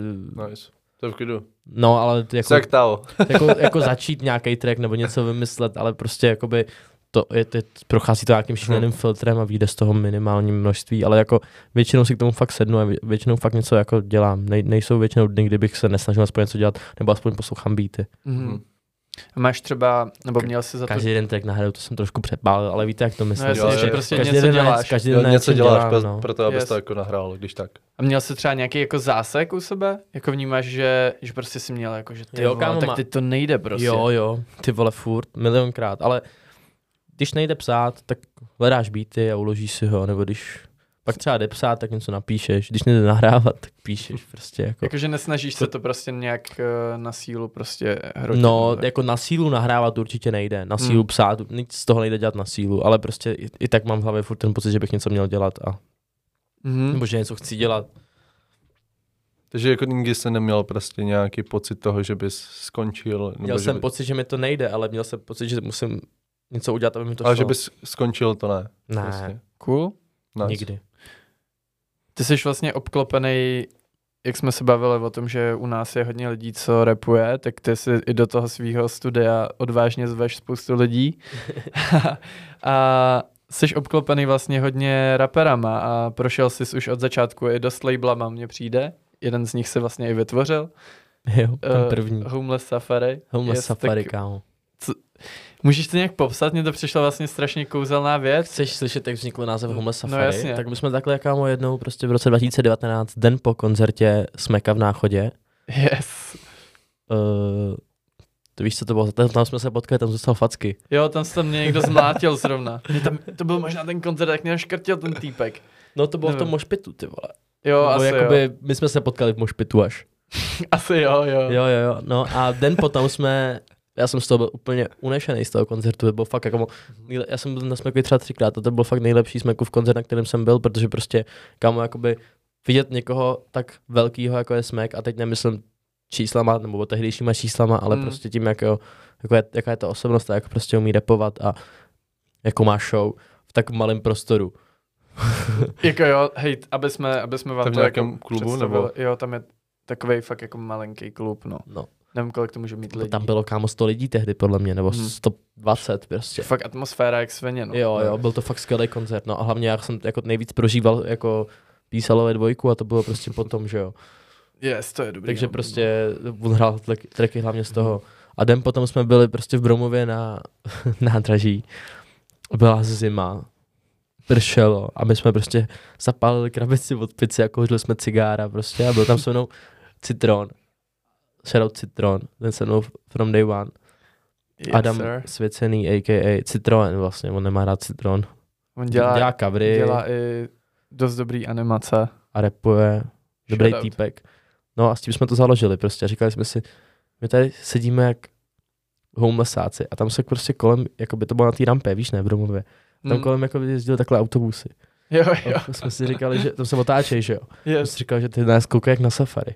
S1: Nice. To je v klidu.
S5: no, ale t- jako,
S1: Jak tao.
S5: jako, jako, začít nějaký track nebo něco vymyslet, ale prostě jakoby to je, to je, prochází to nějakým šíleným filtrem a vyjde z toho minimální množství, ale jako většinou si k tomu fakt sednu a vě- většinou fakt něco jako dělám. Nej, nejsou většinou dny, kdybych se nesnažil aspoň něco dělat, nebo aspoň poslouchám beaty.
S2: Mhm.
S1: Hm.
S2: A máš třeba, nebo měl jsi za to...
S5: Každý den track nahraju, to jsem trošku přepálil, ale víte, jak to myslím.
S2: No jasně,
S1: Jo, že jo,
S2: prostě
S5: každý
S2: něco
S5: den na-
S2: děláš.
S5: Každý
S1: Jo,
S5: den na
S1: něco
S5: něčem
S1: děláš
S5: dělám,
S1: pro,
S5: no.
S1: pro to, abys
S2: Yes.
S1: to jako nahrál, když tak.
S2: A měl jsi třeba nějaký jako zásek u sebe? Jako vnímáš, že, že prostě jsi měl jako, že ty
S5: Jo,
S2: jo, vole,
S5: kámo,
S2: tak
S5: má-
S2: teď to nejde prostě.
S5: Jo, jako- jo, ty vole furt, milionkrát, ale když nejde psát, tak hledáš beaty a uložíš si ho, nebo když pak třeba jde psát, tak něco napíšeš, když nejde nahrávat, tak píšeš prostě jako.
S2: Jakože nesnažíš se to prostě nějak eh, na sílu prostě hrotit.
S5: No,
S2: nebo tak.
S5: jako na sílu nahrávat určitě nejde, na sílu
S2: Hmm.
S5: hmm. psát, nic z toho nejde dělat na sílu, ale prostě i, i tak mám v hlavě furt ten pocit, že bych něco měl dělat a
S2: Mhm.
S5: nebo že něco chci dělat.
S1: Takže jako nikdy se neměl prostě nějaký pocit toho, že bys skončil. Nebo
S5: Měl
S1: že
S5: jsem
S1: by...
S5: pocit, že mi to nejde, ale měl jsem pocit, že musím něco udělat, aby mi to
S1: Ale že
S5: šlo.
S1: bys skončil, to ne.
S5: Ne,
S1: Prostě.
S2: Cool.
S1: Nice.
S5: nikdy.
S2: Ty jsi vlastně obklopený jak jsme se bavili o tom, že u nás je hodně lidí, co repuje, tak ty si i do toho svého studia odvážně zveš spoustu lidí. a jsi obklopený vlastně hodně raperama a prošel jsi už od začátku i dost labelama, mně přijde. Jeden z nich se vlastně i vytvořil.
S5: Jo, ten
S2: Eh,
S5: první.
S2: Homeless Safari.
S5: Homeless
S2: jest,
S5: Safari,
S2: tak-
S5: kámo.
S2: Můžeš to nějak popsat? Mně to přišla vlastně strašně kouzelná věc.
S5: Chceš slyšet, jak vznikl název Homeless
S2: No
S5: Safari?
S2: jasně.
S5: Tak my jsme takhle, kámo, jednou prostě v roce 2019, den po koncertě Smeka v Náchodě,
S2: Yes.
S5: Uh, to víš, co to bylo? Tam, tam jsme se potkali, tam zůstal facky.
S2: Jo, tam se tam mě někdo zmlátil zrovna. Mě tam, to byl možná ten koncert, jak mě ho škrtil ten týpek.
S5: No to bylo v tom
S2: Nevím.
S5: mošpitu, ty vole.
S2: Jo,
S5: Nebo
S2: asi
S5: jakoby,
S2: jo.
S5: my jsme se potkali v mošpitu až.
S2: Asi jo, jo.
S5: Jo, jo, jo. No a den potom jsme, já jsem z toho byl úplně unešený z toho koncertu, to bylo fakt jako, nejle- já jsem byl na smeku třeba třikrát a to byl fakt nejlepší smeku v koncert, na kterém jsem byl, protože prostě, kámo, jakoby vidět někoho tak velkýho, jako je smek, a teď nemyslím číslama, nebo tehdejšíma číslama, ale
S2: Mm.
S5: mm. prostě tím, jak, jo, jako je, jaká je ta osobnost a jak prostě umí repovat a jako má show v tak malém prostoru.
S2: Jako jo, hej, aby jsme, aby jsme vám
S1: Tam v
S2: to jako
S1: nějakém klubu,
S2: představili.
S1: nebo?
S2: Jo, tam je takový fakt jako malinký klub, no.
S5: No.
S2: Nevím, kolik to může mít lidí.
S5: Tam bylo kámo 100 lidí tehdy, podle mě, nebo
S2: Mm.
S5: 120 prostě.
S2: Fakt atmosféra jak svině, no.
S5: Jo, jo, byl to fakt skvělý koncert, no a hlavně já jsem jako nejvíc prožíval jako písalové dvojku a to bylo prostě potom, že jo.
S2: Yes, to je dobrý.
S5: Takže
S2: no.
S5: prostě on hrál tlek- tracky hlavně z toho. A den potom jsme byli prostě v Bromově na nádraží. Byla zima, pršelo a my jsme prostě zapálili krabici od pici a kouřili jsme cigára prostě a byl tam se mnou Citron. Shoutout Citron, ten se mnou from day one.
S2: Yes,
S5: Yes, Adam
S2: sir.
S5: Svěcený, a.k.a. Citroen vlastně, on nemá rád Citron.
S2: On
S5: Dělá,
S2: dělá,
S5: dělá covery.
S2: dělá i dost dobrý animace.
S5: a repuje, dobrý
S2: Shoutout.
S5: týpek. No a s tím jsme to založili prostě. Říkali jsme si, my tady sedíme jak homelessáci a tam se prostě kolem, jako by to bylo na té rampe, víš ne, v domově. Tam
S2: Mm.
S5: kolem jako by jezdili takhle autobusy.
S2: Jo, jo.
S5: A jsme si říkali, že tam se otáčej, že jo. Já
S2: Yes.
S5: jsem si říkal, že ty nás koukají jak na safari.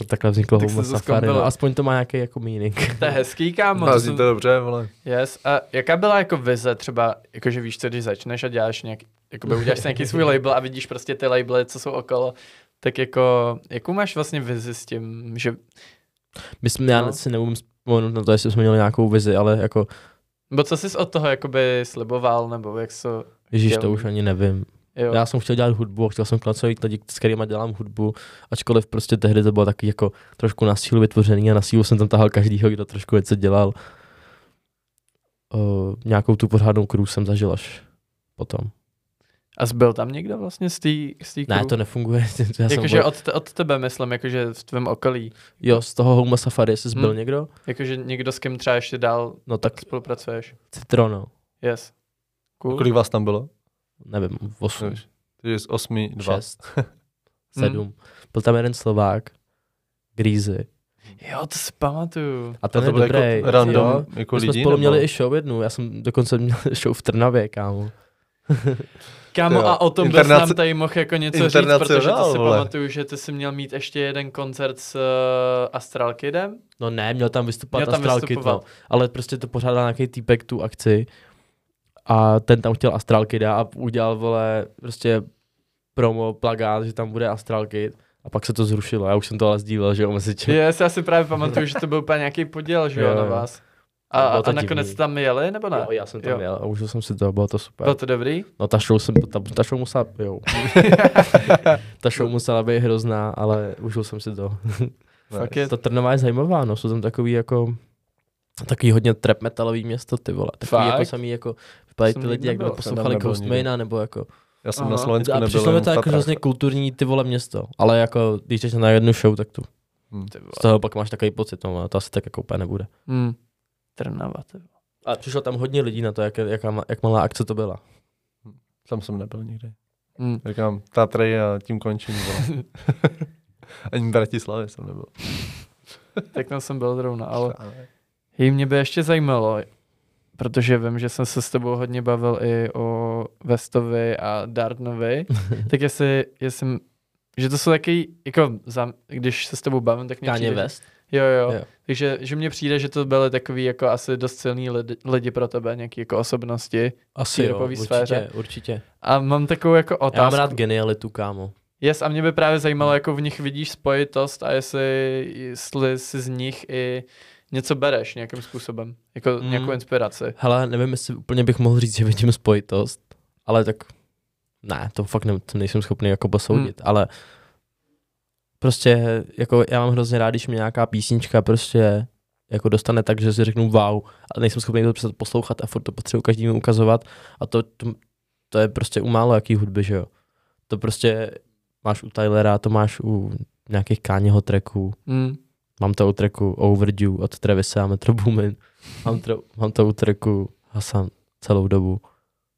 S5: No takhle vzniklo
S2: Tak
S5: tak
S2: se
S5: homeless
S2: to
S5: safari, no,
S2: zkombilo.
S5: aspoň to má nějaký jako meaning.
S2: To je hezký, kámo. to
S1: Hází
S2: jsem-
S1: to dobře, vole.
S2: Yes. A jaká byla jako vize třeba, jakože víš co, když začneš a děláš nějak, jakoby uděláš si nějaký svůj label a vidíš prostě ty labely, co jsou okolo, tak jako, jakou máš vlastně vizi s tím, že
S5: My jsme, já
S2: No.
S5: si neumím vzpomenout na to, jestli jsme měli nějakou vizi, ale jako,
S2: Bo co jsi od toho jakoby sliboval, nebo jak so,
S5: ježíš,
S2: Chtěl-
S5: to už ani nevím.
S2: jo.
S5: Já jsem chtěl dělat hudbu, a chtěl jsem klacovat lidi, s kterými dělám hudbu, ačkoliv prostě tehdy to bylo taky jako trošku na sílu vytvořený a na sílu jsem tam tahal každýho, kdo trošku něco dělal. Uh, nějakou tu pořádnou kru jsem zažil až potom.
S2: A zbyl tam někdo vlastně z té z tý
S5: Ne,
S2: crew?
S5: to nefunguje. já jsem
S2: Jakože
S5: byl,
S2: od, te, od tebe myslím, jakože v tvém okolí.
S5: jo, z toho Home Safari jsi zbyl
S2: Hm.
S5: někdo?
S2: Jakože někdo, s kým třeba ještě dál
S5: No tak no.
S2: spolupracuješ.
S5: Citrono,
S2: Yes.
S1: A
S2: Cool.
S1: Kolik vás tam bylo?
S5: nevím, 8,
S1: Nevíš. Takže z osmi, dva.
S5: 6, 7. Byl tam jeden Slovák, Greasy.
S2: Jo, to si pamatuju.
S5: A
S1: A
S5: ten
S1: to
S5: je
S1: bylo
S5: dobrý.
S1: jako random jako
S5: My jsme
S1: lidi?
S5: spolu
S1: nebo-
S5: měli i show jednu, já jsem dokonce měl show v Trnavě, kámo.
S2: Kámo,
S1: Jo.
S2: a o tom bys
S1: Internaci-
S2: nám tady mohl jako něco říct, protože to
S1: Internacionál,
S2: si
S1: vole.
S2: pamatuju, že ty jsi měl mít ještě jeden koncert s uh, Astral Kidem.
S5: No ne, měl tam vystupovat
S2: Měl
S5: měl
S2: tam
S5: tam Astral Kid, no.
S2: vystupovat.
S5: ale prostě to pořádal nějaký týpek tu akci a ten tam chtěl Astral Kida a udělal, vole, prostě promo plagát, že tam bude Astral Kid a pak se to zrušilo, já už jsem to ale sdílel, že jo, mezi tím.
S2: Yes, já si právě pamatuju, že to byl úplně nějaký podíl, že jo,
S5: Jo,
S2: na
S5: jo.
S2: vás.
S5: To
S2: A,
S5: bylo
S2: a
S5: to
S2: nakonec
S5: divný.
S2: tam jeli, nebo ne?
S5: Jo, já jsem tam
S2: Jo.
S5: měl a užil jsem si to, bylo to super.
S2: Bylo to dobrý?
S5: No ta show, jsem, ta, ta show musela, jo. ta show musela být hrozná, ale užil jsem si to.
S2: Fakt je
S5: Ta Trnová je zajímavá, no, jsou tam takový jako takový hodně trap metalový město, ty vole. Takový
S2: Fakt?
S5: jako samý jako vypadají
S2: Jsem
S5: ty lidi,
S2: nikdy
S5: jak by
S2: nebyl.
S1: Tam
S5: poslouchali
S1: nebyl
S5: Ghostmana, nebo jako.
S1: Já jsem
S2: Aha.
S1: na Slovensku
S5: A
S1: nebyl.
S5: přišlo mi
S1: jenom
S5: to
S1: v
S5: jako
S1: Tatrách.
S5: hrozně kulturní ty vole město, ale jako když jdeš na jednu show, tak tu.
S2: Ty vole.
S5: Z toho pak máš takový pocit, no, a to asi tak jako úplně nebude.
S2: Hmm. Trnava, ty vole.
S5: A přišlo tam hodně lidí na to, jak, jaká, ma- jak malá akce to byla.
S1: Tam jsem nebyl nikdy.
S2: Hmm.
S1: Říkám, Tatry a tím končím. vole. Ani v Bratislavě jsem nebyl.
S2: Tak tam jsem byl zrovna, ale hej, mě by ještě zajímalo, protože vím, že jsem se s tebou hodně bavil i o Vestovi a Dartnovi, tak jestli, jestli m- že to jsou taky, jako za, když se s tebou bavím, tak mě
S5: Káně
S2: přijde,
S5: West.
S2: Jo, jo, jo.
S5: Jo.
S2: Takže že mně přijde, že to byly takový jako asi dost silný lidi, lidi pro tebe, nějaký jako osobnosti.
S5: Asi jo,
S2: rapový
S5: určitě,
S2: sféře.
S5: určitě.
S2: A mám takovou jako
S5: Já mám
S2: otázku.
S5: rád genialitu, kámo.
S2: Yes, a mě by právě zajímalo, jako v nich vidíš spojitost a jestli, jestli si z nich i něco bereš nějakým způsobem, jako
S5: Mm.
S2: nějakou inspiraci.
S5: Hele, nevím, jestli úplně bych mohl říct, že vidím spojitost, ale tak ne, to fakt ne, to nejsem schopný jako posoudit, ale prostě jako já mám hrozně rád, když mě nějaká písnička prostě jako dostane tak, že si řeknu wow, ale nejsem schopný to přestat poslouchat a furt to potřebuji každému ukazovat a to, to, to je prostě u málo jaký hudby, že jo. To prostě máš u Tylera, to máš u nějakých Káněho tracků,
S2: Mm.
S5: Mám to u tracku Overdue od Travisa a Metro Boomin. Mám, tro, mám to u tracku Hasan celou dobu.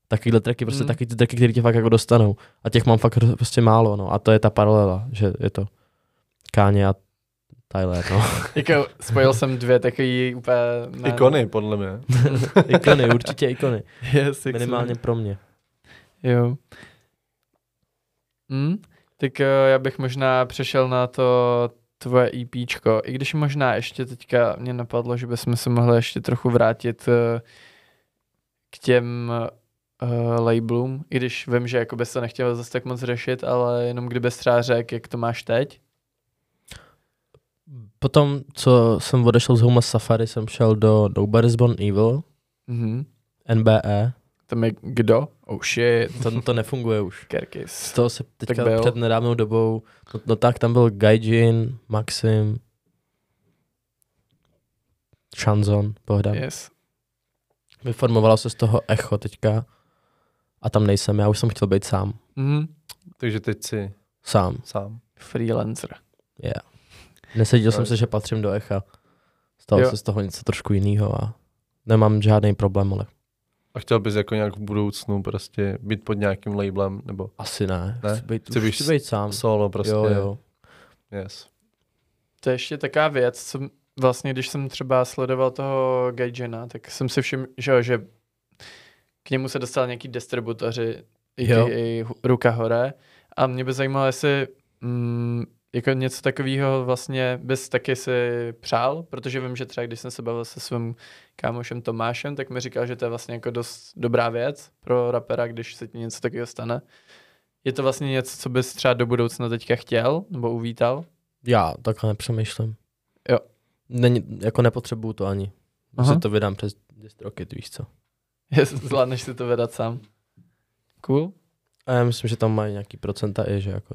S5: Takovýhle tracky, prostě
S2: Mm.
S5: mm. taky ty tracky, které tě fakt jako dostanou. A těch mám fakt hro- prostě málo, no. A to je ta paralela, že je to Káně a Tyler, no.
S2: Jako spojil jsem dvě takový úplně... Ne,
S1: Ikony, podle mě.
S5: ikony, určitě ikony.
S2: Yes, jak
S5: Minimálně pro mě.
S2: jsem- Jo. Mm? Tak eh, já bych možná přešel na to tvoje EPčko, i když možná ještě teďka mě napadlo, že bychom se mohli ještě trochu vrátit eh, k těm uh, labelům, i když vím, že jakoby se nechtěl zase tak moc řešit, ale jenom kdyby třeba řekl, jak to máš teď.
S5: Potom, co jsem odešel z Huma Safari, jsem šel do Nobody's Born Evil,
S2: Mm-hmm.
S5: NBE.
S2: Tam je kdo? Oh shit.
S5: To, to nefunguje už. Z
S2: Kerkis.
S5: toho se teďka
S2: byl.
S5: před nedávnou dobou, no, no tak tam byl Gaijin, Maxim, Shanzon, Bohdan. Yeah.
S2: Yes.
S5: Vyformovalo se z toho echo teďka a tam nejsem, já už jsem chtěl být sám.
S2: Mm-hmm.
S1: Takže teď si
S5: Sám.
S1: sám.
S2: Freelancer.
S5: Neseděl
S1: To
S5: jsem
S1: je-
S5: se, že patřím do echa. Stalo
S2: Jo.
S5: se z toho něco trošku jiného a nemám žádný problém, ale
S1: A chtěl bys jako nějak v budoucnu prostě být pod nějakým labelem, nebo
S5: asi ne.
S1: Ne?
S5: Chci být,
S1: Chci
S5: už
S1: být
S5: chci být sám.
S1: solo prostě.
S5: jo, jo.
S1: Yes.
S2: To je ještě taková věc, co m- vlastně, když jsem třeba sledoval toho Gaijina, tak jsem si všiml, že, jo, že k němu se dostal nějaký distributoři,
S5: Jo.
S2: i ruka hore. A mě by zajímalo, jestli mm, jako něco takového vlastně bys taky si přál, protože vím, že třeba když jsem se bavil se svým kámošem Tomášem, tak mi říkal, že to je vlastně jako dost dobrá věc pro rapera, když se ti něco takového stane. Je to vlastně něco, co bys třeba do budoucna teďka chtěl nebo uvítal?
S5: Já takhle nepřemýšlím.
S2: Jo.
S5: Není, jako nepotřebuju to ani.
S2: Aha.
S5: Aha. Si to vydám přes 10 roky, víš co.
S2: Jestli zvládneš si to vedat sám. Cool.
S5: A já myslím, že tam mají nějaký procenta i, že jako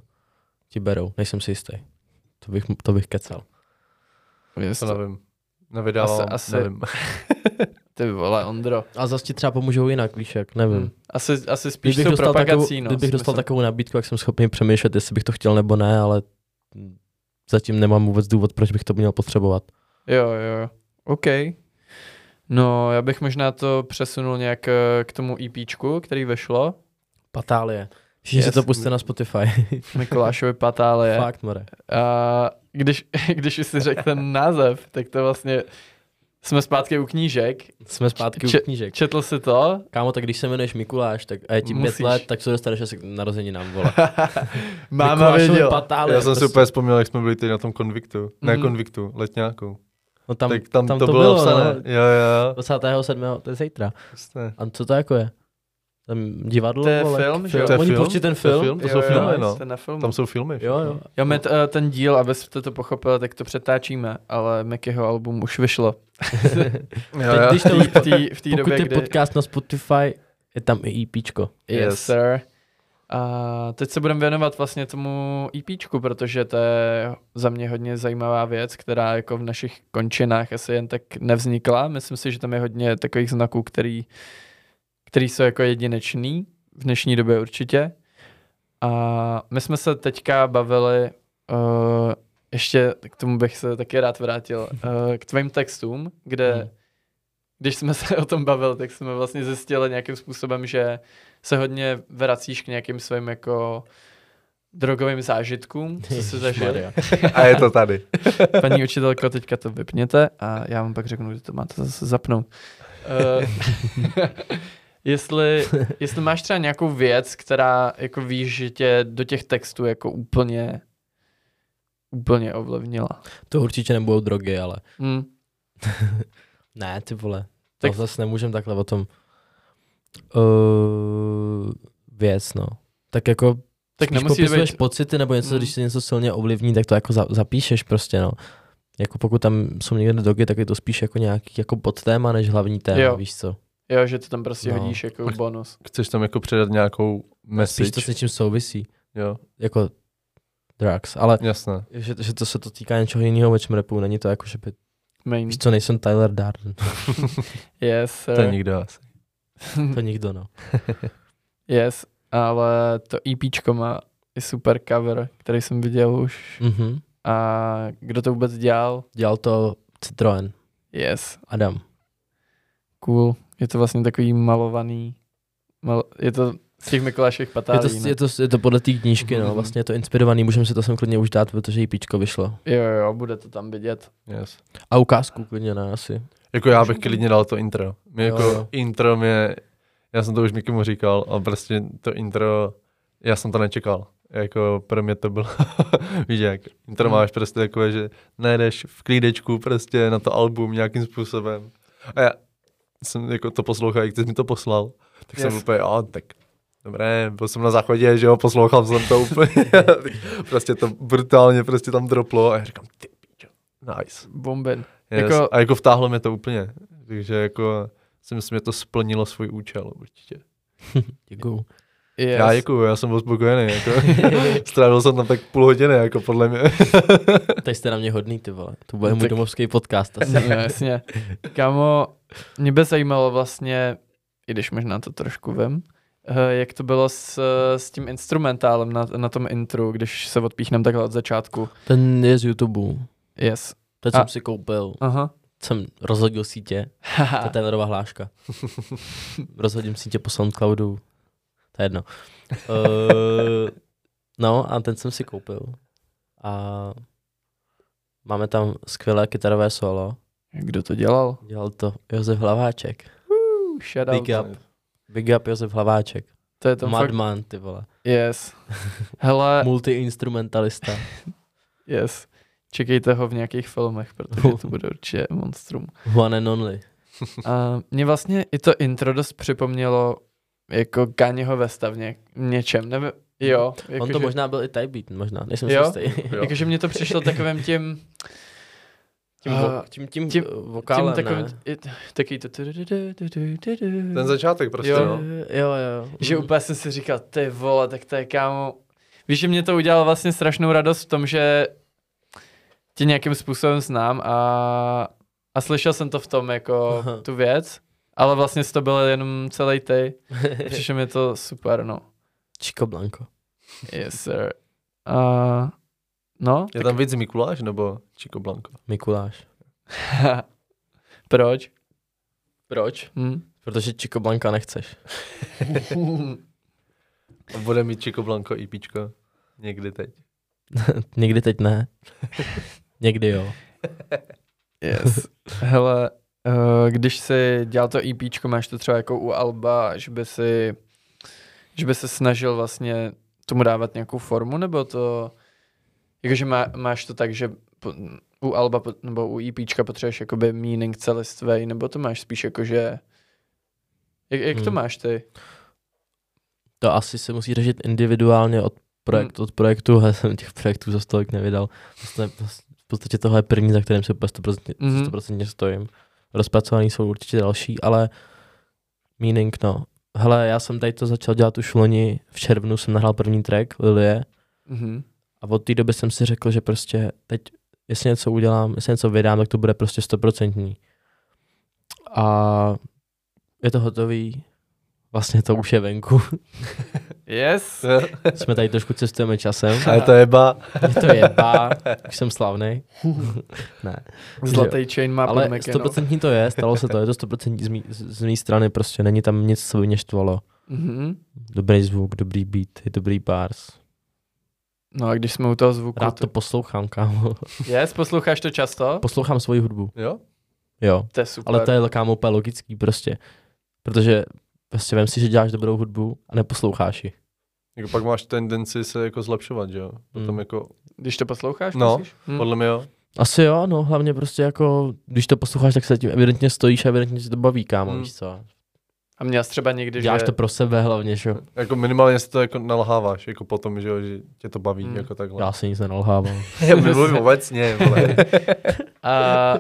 S5: ti berou, nejsem si jistý. To bych, to bych kecal.
S1: To nevím. Nevydávám,
S2: Asi- asi-
S1: nevím.
S2: Ty vole, Ondro.
S5: A zase ti třeba pomůžou jinak, víš jak, nevím.
S2: Hm. Asi, asi spíš
S5: Kdybych
S2: jsou
S5: dostal, takovou,
S2: propagací, no.
S5: kdybych
S2: si
S5: dostal
S2: myslím.
S5: takovou nabídku, jak jsem schopný přemýšlet, jestli bych to chtěl nebo ne, ale hm, zatím nemám vůbec důvod, proč bych to měl potřebovat.
S2: Jo, jo, jo. OK. No, já bych možná to přesunul nějak eh, k tomu EPčku, který vyšlo.
S5: Patálie. Všichni
S2: Yes.
S5: si to puste na Spotify.
S2: Mikulášovi Patálie.
S5: Fakt, more.
S2: A když, když už si řekl ten název, tak to vlastně jsme zpátky u knížek.
S5: Jsme zpátky
S2: Če-
S5: u knížek.
S2: Četl si to?
S5: Kámo, tak když se jmenuješ Mikuláš, tak a je ti pět
S2: Musíš.
S5: let, tak co dostaneš asi k narozeninám, vole.
S2: Máma
S5: Mikulášovi
S2: věděla.
S5: Patálie,
S1: Já jsem si
S5: prostě.
S1: úplně vzpomněl, jak jsme byli teď na tom konviktu. Ne
S2: Mhm.
S1: konviktu, letňáku.
S5: No tam,
S1: tak tam,
S5: tam
S1: to,
S5: to
S1: bylo
S5: bylo,
S1: napsané.
S5: no.
S1: Jo, jo.
S5: 27. to je zítra.
S1: Prostě.
S5: A co to jako je? Tam divadlo?
S2: To je
S5: vole,
S2: film, že
S1: jo? To je
S5: Oni
S1: film?
S5: pustí ten
S1: To, je
S5: film?
S1: film, to
S2: Jo,
S1: jsou
S2: jo,
S1: filmy,
S2: jo,
S1: no.
S2: jste na filmu.
S1: Tam jsou filmy.
S5: Jo, jo.
S2: Jo, my t, eh, ten díl, abyste to pochopili, tak to přetáčíme, ale Mickeyho album už vyšlo.
S1: jo,
S5: Teď,
S1: jo.
S5: když to už
S2: V té- V té
S5: Pokud
S2: době,
S5: je
S2: kdy...
S5: podcast na Spotify, je tam i E EPčko.
S2: Yes,
S1: Yes.
S2: sir. A teď se budeme věnovat vlastně tomu EPčku, protože to je za mě hodně zajímavá věc, která jako v našich končinách asi jen tak nevznikla. Myslím si, že tam je hodně takových znaků, který, který jsou jako jedinečný v dnešní době určitě. A my jsme se teďka bavili, uh, ještě k tomu bych se taky rád vrátil, uh, k tvým textům,
S5: Hmm.
S2: kde, když jsme se o tom bavili, tak jsme vlastně zjistili nějakým způsobem, že se hodně vracíš k nějakým svým jako drogovým zážitkům, co jsi zažil.
S5: Ježišmarja.
S1: A je to tady.
S2: Paní učitelko, teďka to vypněte a já vám pak řeknu, že to máte zase zapnout. Eh, jestli, jestli máš třeba nějakou věc, která jako víš, že tě do těch textů jako úplně úplně ovlivnila.
S5: To určitě nebudou drogy, ale
S2: Mm.
S5: ne, ty vole. Tak
S2: Tak-
S5: to zase nemůžem takhle o tom. Uh, věc, no. Tak jako
S2: Tak
S5: Když
S2: nemusí
S5: popisuješ
S2: být...
S5: pocity nebo něco,
S2: Mm.
S5: když se něco silně ovlivní, tak to jako za, zapíšeš prostě, no. Jako pokud tam jsou někde dogy, tak je to spíš jako nějaký jako podtéma než hlavní téma,
S2: Jo.
S5: jo. víš co.
S2: Jo, že to tam prostě
S5: No.
S2: hodíš jako
S1: Tak-
S2: bonus.
S1: Chceš tam jako předat nějakou
S5: Spíš
S1: message.
S5: to s něčím souvisí,
S1: Jo,
S5: jako drugs, ale
S1: jasné.
S5: že, že to se to týká něčeho jiného ve čmrepu, není to jako, že by,
S2: Main.
S5: víš co, nejsem Tyler Darden,
S2: Yes,
S1: To je
S2: sir.
S1: nikdo asi.
S5: to nikdo, no.
S2: yes, ale to EPčko má i super cover, který jsem viděl už.
S5: Mhm.
S2: A kdo to vůbec dělal?
S5: Dělal to Citroen,
S2: Yes,
S5: Adam.
S2: cool. Je to vlastně takový malovaný. Mal... Je to z těch Mikulášek
S5: Je
S2: patálí.
S5: to, je, to, je to podle té knížky, no,
S2: Mhm.
S5: vlastně je to inspirovaný, můžeme si to sem klidně už dát, protože jí píčko vyšlo.
S2: Jo, jo, bude to tam vidět.
S1: Yes.
S5: A ukázku klidně ne, asi.
S1: Jako já bych
S2: Můžem to-
S1: klidně dal to intro. Mě
S5: Jo,
S1: jako
S5: jo.
S1: intro mě, já jsem to už někomu říkal a prostě to intro, já jsem to nečekal. Jako pro mě to bylo, víš jak, intro
S2: Hmm.
S1: máš prostě takové, že najdeš v klídečku prostě na to album nějakým způsobem. A já jsem jako to poslouchal, jak ty jsi mi to poslal, tak jsem
S2: Yes.
S1: úplně, a tak Dobré, byl jsem na záchodě, že jo, poslouchal jsem to úplně, prostě to brutálně prostě tam droplo a já říkám, ty píčo, nice.
S2: Bomben.
S1: Yes.
S2: Jako-
S1: Jako... A jako vtáhlo mě to úplně. Takže jako si myslím, že to splnilo svůj účel určitě.
S5: Děkuju.
S2: Yes.
S1: Já děkuju, já jsem byl spokojený. Jako. Strávil jsem tam tak půl hodiny, jako podle mě.
S5: Teď jste na mě hodný, ty vole. To bude
S1: Tak-
S5: můj domovský podcast asi.
S2: No, jasně. Kámo, mě by zajímalo vlastně, i když možná to trošku vem, eh, jak to bylo s, s tím instrumentálem na, na tom intru, když se odpíchnem takhle od začátku.
S5: Ten je z YouTube.
S2: Yes.
S5: Teď
S2: A-
S5: jsem si koupil.
S2: Aha.
S5: Jsem rozhodil sítě. To je
S2: Haha.
S5: Tylerová hláška. Rozhodím sítě po Soundcloudu. To je jedno. Uh, no a ten jsem si koupil. A máme tam skvělé kytarové solo.
S2: Kdo to dělal?
S5: Dělal to Josef Hlaváček.
S2: Uh, Shout out.
S5: Big up. Big up Josef Hlaváček.
S2: To je to fakt.
S5: Madman, ty vole.
S2: Yes. Hele,
S5: Multiinstrumentalista.
S2: yes. Čekejte ho v nějakých filmech, protože to bude určitě monstrum.
S5: One and only.
S2: A mě vlastně i to intro dost připomnělo jako Ganiho Vesta v ně, něčem, nebo jo. Jako
S5: On to možná byl i type beat, možná, nejsem si
S2: Jo?
S5: jistý.
S1: Jo.
S2: Jakože mě to přišlo takovým tím...
S5: Tím,
S2: a,
S5: vo, tím, tím,
S2: tím-
S5: tím
S2: tím
S5: vokálem,
S2: takovým...
S5: ne?
S2: i- Takový to...
S1: Ten začátek prostě,
S2: Jo.
S1: jo.
S5: Jo,
S1: no.
S5: jo, jo.
S2: Že úplně jsem si říkal, ty vole, tak to je kámo... Víš, že mě to udělalo vlastně strašnou radost v tom, že tě nějakým způsobem znám a, a slyšel jsem to v tom jako
S5: Aha.
S2: tu věc, ale vlastně to byl jenom celý ty. Přišlo mi to super, no.
S5: Chico Blanco.
S2: Yes, sir. Uh, no,
S1: Je tam víc Mikuláš nebo Chico Blanco?
S5: Mikuláš.
S2: proč?
S5: Proč?
S2: Hm?
S5: Protože Chico Blanca nechceš.
S1: A bude mít Chico Blanco IPčko někdy teď.
S5: Někdy teď ne. Někdy jo.
S2: yes. Hele, eh, když si dělal to EP, máš to třeba jako u Alba, že by si, že by se snažil vlastně tomu dávat nějakou formu, nebo to, jakože má, máš to tak, že po, u Alba pot- nebo u EP potřebuješ jakoby meaning celistvej, nebo to máš spíš jakože, jak, jak to
S5: Hmm.
S2: máš ty?
S5: To asi se musí řešit individuálně od projektu, od projektu, ale jsem těch projektů za tolik nevydal. Vlastně, v podstatě tohle je první, za kterým se úplně 100%,
S2: Mhm.
S5: 100% stojím. Rozpracovaný jsou určitě další, ale meaning no. Hele, já jsem tady to začal dělat už loni, v červnu jsem nahrál první track, Lilie,
S2: Mhm.
S5: a od té doby jsem si řekl, že prostě teď, jestli něco udělám, jestli něco vydám, tak to bude prostě stoprocentní. A je to hotový, vlastně to už je venku.
S2: Yes.
S5: Jsme tady trošku cestujeme časem.
S1: A je to jeba.
S5: Mě to jebá, už jsem slavný. ne.
S2: Zlatý chain má
S5: Ale
S2: pod Macem, no.
S5: 100% to je, stalo se to, je to 100% z mý, z z mý strany, prostě není tam nic, co by mě štvalo.
S2: Mhm.
S5: Dobrý zvuk, dobrý beat, dobrý bars.
S2: No a když jsme u toho zvuku,
S5: Rád to poslouchám, kámo.
S2: Yes, posloucháš to často?
S5: Poslouchám svoji hudbu.
S1: Jo?
S5: Jo,
S2: To je super.
S5: ale to je kámo úplně logický prostě. Protože prostě vem si, že děláš dobrou hudbu a neposloucháš ji.
S1: Jako pak máš tendenci se jako zlepšovat, že jo? Potom
S5: Mm.
S1: jako,
S2: Když to posloucháš,
S1: No,
S2: myslíš? Hm.
S1: podle mě jo.
S5: Asi jo, no, hlavně prostě jako, když to posloucháš, tak se tím evidentně stojíš a evidentně se to baví, kámo,
S1: Mm.
S5: víš co.
S2: A měl jsi třeba někdy,
S5: Děláš
S2: že...
S5: to pro sebe hlavně, že jo.
S1: Jako minimálně si to jako nalháváš, jako potom, že, jo, že tě to baví,
S2: Mm.
S1: mm. jako takhle.
S5: Já se nic nenalhávám.
S1: Já mluvím obecně, vole.
S2: A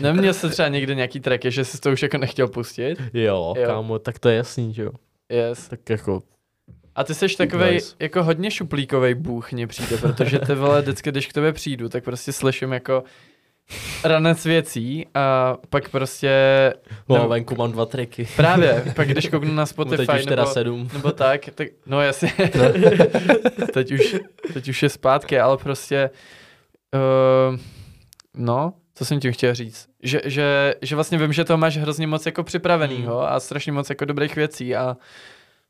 S2: neměl jsi třeba někdy nějaký tracky, že jsi to už jako nechtěl pustit?
S5: jo,
S2: Jo.
S5: jo, kámo, tak to je jasný, že jo.
S2: Yes.
S5: Tak jako,
S2: A ty seš takovej
S5: Nice.
S2: jako hodně šuplíkovej bůh mně přijde, protože ty vole vždycky, když k tobě přijdu, tak prostě slyším jako ranec věcí a pak prostě
S5: no,
S2: No.
S5: venku mám dva tracky.
S2: právě, pak když kouknu na
S5: Mu
S2: Spotify
S5: teď už teda
S2: nebo,
S5: sedm.
S2: nebo tak, tak no jasně, teď, už, teď už je zpátky, ale prostě uh, no, co jsem tím chtěl říct, že, že, že vlastně vím, že to máš hrozně moc jako
S1: Hmm.
S2: připravenýho a strašně moc jako dobrých věcí a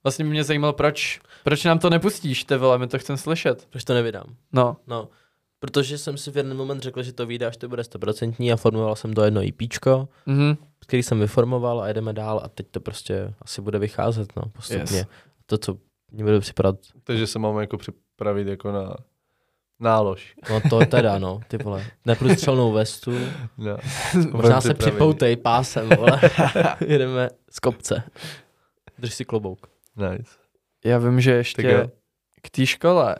S2: vlastně by mě zajímalo, proč, proč nám to nepustíš, ty vole, my to chcem slyšet.
S5: Proč to nevydám?
S2: No,
S5: No, protože jsem si v jeden moment řekl, že to vyjde, až to bude stoprocentní a formoval jsem to jedno IPčko,
S2: mhm,
S5: který jsem vyformoval a jedeme dál a teď to prostě asi bude vycházet, no, postupně.
S2: Yes.
S5: Yes. To, co mě bude připadat,
S1: Takže se mám jako připravit jako na nálož.
S5: no to teda, no, ty vole. Neprůstřelnou vestu,
S1: Na,
S5: možná se
S1: připravit.
S5: připoutej pásem, vole. Jedeme z kopce. Drž si klobouk.
S1: Nice.
S2: já vím, že
S1: Tak jo.
S2: ještě k té škole,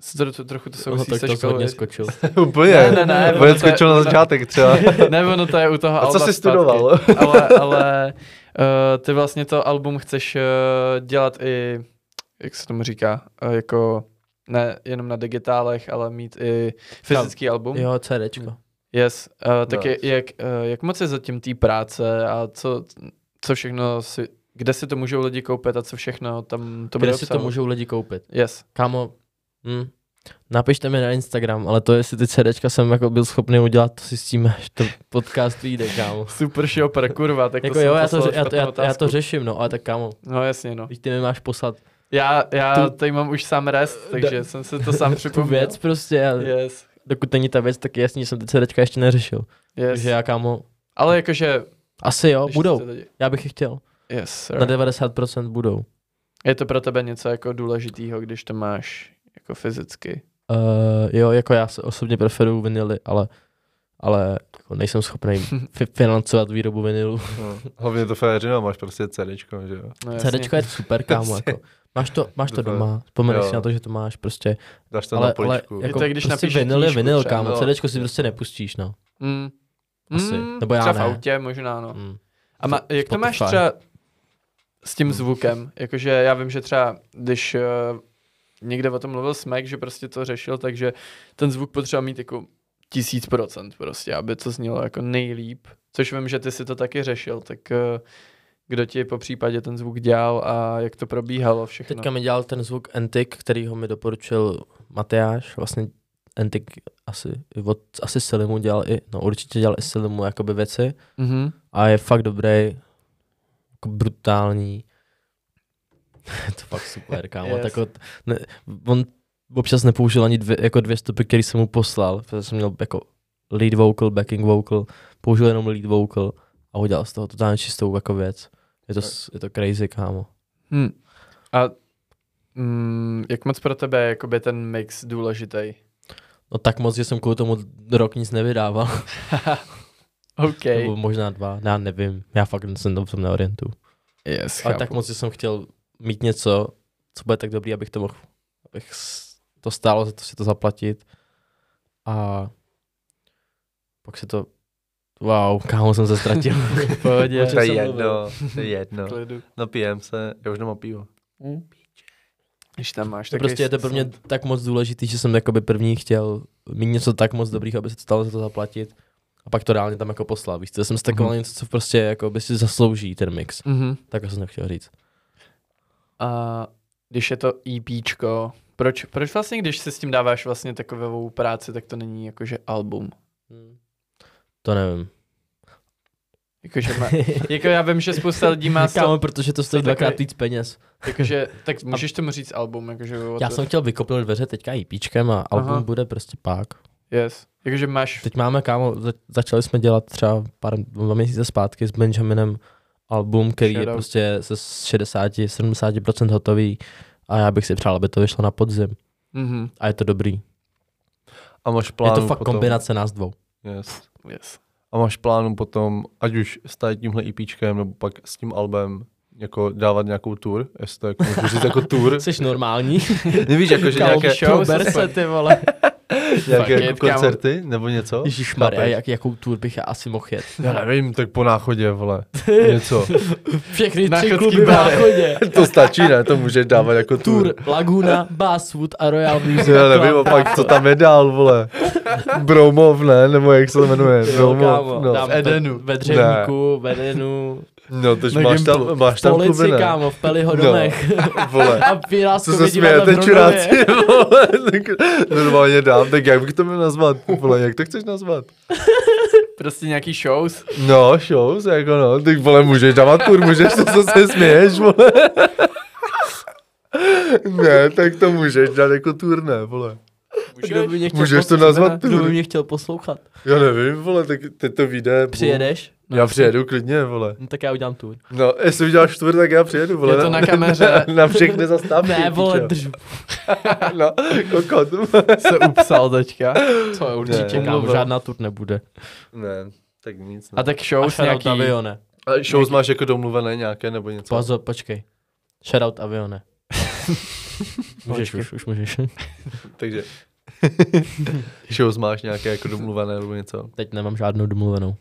S2: s tro, tro, trochu to
S5: No,
S2: souvisí
S5: tak
S2: se
S5: to
S2: školou.
S5: hodně skočil.
S1: Úplně.
S2: Ne, ne, ne, ono to je-
S1: Vůbec skočil na začátek třeba.
S2: ne, ono to je u toho
S1: A co
S2: Alba
S1: jsi
S2: zpátky.
S1: studoval?
S2: ale, ale uh, ty vlastně to album chceš uh, dělat i, jak se tomu říká, uh, jako ne jenom na digitálech, ale mít i fyzický album.
S5: Jo,
S2: Hmm.
S5: CDčko.
S2: Yes. Uh, tak
S1: No.
S2: je, jak, uh, jak moc je zatím té práce a co, co všechno si, kde si to můžou lidi koupit a co všechno tam to bude
S5: Kde si to
S2: obsahovat?
S5: můžou lidi koupit?
S2: Yes.
S5: Kámo, hm, napište mi na Instagram, ale to, jestli ty CDčka jsem jako byl schopný udělat, to si s tím až to podcast vyjde, kámo.
S2: Super šoper, kurva, tak to
S5: Jako
S2: jsem
S5: jo, já to,
S2: poslal
S5: já, to, já,
S2: špatnou
S5: já to
S2: otázku.
S5: řeším, no, ale tak kámo,
S2: No jasně, no.
S5: když ty mi máš poslat
S2: Já, já
S5: Tu-
S2: tady mám už sám rest, takže jsem si to sám
S5: tu
S2: připomněl.
S5: věc prostě, a
S2: Yes,
S5: dokud není ta věc, tak je jasný, že jsem ty CDčka ještě neřešil.
S2: yes.
S5: Takže já, kámo,
S2: Ale jakože
S5: asi jo,
S2: Když
S5: No, budou,
S2: to lidi-
S5: já bych je chtěl.
S2: Yes, sir.
S5: Na 90% budou.
S2: Je to pro tebe něco jako důležitýho, když to máš jako fyzicky.
S5: Uh, jo, jako já se osobně preferuju vinily, ale, ale jako nejsem schopný fi- financovat výrobu vinilu.
S1: No, Hlavně to féřina, máš prostě CDčko, že jo.
S2: No, jasně.
S5: CDčko je super, kámo, jako. Máš to, máš to
S1: Dobře.
S5: doma, vzpomeneš
S1: Jo.
S5: si na to, že to máš prostě,
S1: Dáš to
S5: ale,
S1: na
S5: ale
S1: poličku.
S5: jako
S2: to jak když
S5: prostě
S2: napíšeš
S5: vinyl je
S2: knížku
S5: vinyl,
S2: třeba,
S5: kámo,
S1: no.
S5: CDčko si prostě nepustíš, no.
S2: Mm.
S5: Asi.
S2: Mm,
S5: Nebo já
S2: třeba
S5: ne.
S2: v autě, možná, no.
S5: Mm.
S2: A ma, jak to máš
S5: Spotify.
S2: třeba s tím zvukem? Jakože já vím, že třeba, když uh, někde o tom mluvil Smek, že prostě to řešil, takže ten zvuk potřeba mít jako tisíc procent prostě, aby to znělo jako nejlíp. Což vím, že ty si to taky řešil, tak uh, kdo ti po případě ten zvuk dělal a jak to probíhalo všechno.
S5: Teďka mi dělal ten zvuk Antik, který ho mi doporučil Mateáš, vlastně Antik asi, od, asi Silimu dělal i, no určitě dělal i Silimu jakoby věci
S2: Mhm.
S5: a je fakt dobrý, jako brutální. je to fakt super, kámo.
S2: Yes.
S5: yes. tak od, ne, on občas nepoužil ani dvě, jako dvě stopy, které jsem mu poslal, protože jsem měl jako lead vocal, backing vocal, použil jenom lead vocal a udělal z toho totálně čistou jako věc. Je to, s- je to crazy, kámo.
S2: Hmm. A mm, jak moc pro tebe je jakoby ten mix důležitý?
S5: No tak moc, že jsem kvůli tomu rok nic nevydával.
S2: OK.
S5: Nebo možná dva, já nevím. Já fakt jsem to v tom neorientu.
S2: Yes,
S5: Ale tak moc, že jsem chtěl mít něco, co bude tak dobrý, abych to mohl, abych s- to stálo za to si to zaplatit. A pak se to, wow, kámo jsem se ztratil.
S2: pohodě.
S5: o čem
S1: To je
S5: jsem
S1: jedno, to je jedno.
S2: Klidu.
S1: Napijem se, já už nemám pivo.
S2: Když tam máš
S5: To
S2: takový
S5: prostě je to pro mě
S2: sound.
S5: tak moc důležitý, že jsem jakoby první chtěl mít něco tak moc dobrých, aby se to stalo za to zaplatit. A pak to reálně tam jako poslal, víš, co? já jsem stakoval
S1: Mhm.
S5: mm-hmm. něco, co prostě jako by si zaslouží ten mix.
S2: Mhm.
S5: Tak jsem to chtěl říct.
S2: A když je to EPčko, proč, proč vlastně, když si s tím dáváš vlastně takovou práci, tak to není jakože album?
S5: To nevím.
S2: Jakože má, jako já vím, že spousta lidí má
S5: Kámo,
S2: sto,
S5: protože to stojí
S2: to je
S5: dvakrát
S2: takový-
S5: víc peněz.
S2: jakože, tak můžeš tomu říct album, jakože o
S5: Já
S2: to-
S5: jsem chtěl vykopnout dveře teďka IPčkem a album
S2: Aha.
S5: bude prostě pak.
S2: yes. Jakože máš,
S5: Teď máme, kámo, za- začali jsme dělat třeba pár, dva měsíce zpátky s Benjaminem album, který je
S2: Shoutout.
S5: prostě se 60-70% hotový a já bych si přál, aby to vyšlo na podzim.
S2: mhm,
S5: A je to dobrý.
S1: A máš
S5: Plánu
S1: plán
S5: je to fakt
S1: potom.
S5: kombinace nás dvou.
S1: Yes.
S2: yes.
S1: A a máš plánu potom, ať už s tady tímhle EPčkem, nebo pak s tím albem, jako dávat nějakou tour, jestli to jako můžu říct jako tour.
S5: Jsi normální?
S1: Nevíš, jako, že nějaké,
S2: show,
S5: ber
S2: se
S5: se,
S2: ty vole.
S1: nějaké
S2: Fuck
S1: jako
S2: it, kámo.
S1: koncerty, nebo něco?
S5: Ježišmarja,
S1: Chápeš?
S5: jak, jakou tour bych já asi mohl jet.
S1: Já nevím, tak po náchodě, vole, něco.
S5: Všechny
S2: Na
S5: tři
S2: chodský
S5: kluby v
S2: bar.
S5: náchodě.
S1: to stačí, ne? To můžeš dávat jako tour.
S5: Tour, Laguna, Basswood a Royal Music.
S1: Já nevím, a pak co tam je dál, vole. Bromov, ne? Nebo jak se to jmenuje?
S5: Jo,
S1: Bromov,
S5: kámo,
S1: no.
S5: tam
S2: V Edenu.
S5: Ve, ve Dřevníku, v Edenu,
S1: No, tož
S2: Na
S1: máš
S2: Gimplu.
S1: tam,
S5: v
S1: máš tam
S5: Polici,
S1: kluby, ne?
S5: kámo, v Pelihodomech.
S1: Vole.
S5: A v
S1: Co
S5: Pirátském
S1: se
S5: divadle
S1: smějete,
S5: v
S1: čuráci,
S5: Brnově.
S1: vole, tak normálně dám, tak jak bych to měl nazvat, vole, jak to chceš nazvat?
S2: Prostě nějaký shows.
S1: No, shows, jako no, ty vole, můžeš dávat tour, můžeš, to co se směješ, vole. Ne, tak to můžeš dát jako tour, ne, vole.
S5: Kdo by mě chtěl
S1: Můžeš to
S5: poslouchat?
S1: nazvat
S5: Kdo by
S1: tour.
S5: mě chtěl poslouchat?
S1: Já nevím, vole, tak teď to vyjde. bu-
S5: Přijedeš?
S1: Já přijedu klidně, vole.
S5: No, tak já udělám tour.
S1: No, jestli uděláš tour, tak já přijedu, vole.
S2: Je to na kameře.
S1: Na, na všechny zastávky.
S5: Ne, vole,
S1: pičo.
S5: držu.
S1: No, kokot.
S2: Se upsal teďka. To je
S1: určitě,
S5: Určitě, kámo, žádná tour nebude.
S1: Ne, tak nic.
S2: A
S1: Ne.
S2: tak
S5: A
S2: shows
S5: shoutout
S2: nějaký.
S5: Avione.
S1: A shows máš jako domluvené nějaké nebo něco?
S5: Pozor, počkej. Shoutout Avione. můžeš
S2: Počkej.
S5: už, už můžeš.
S1: Takže shows máš nějaké jako domluvené nebo něco?
S5: Teď nemám žádnou domluvenou.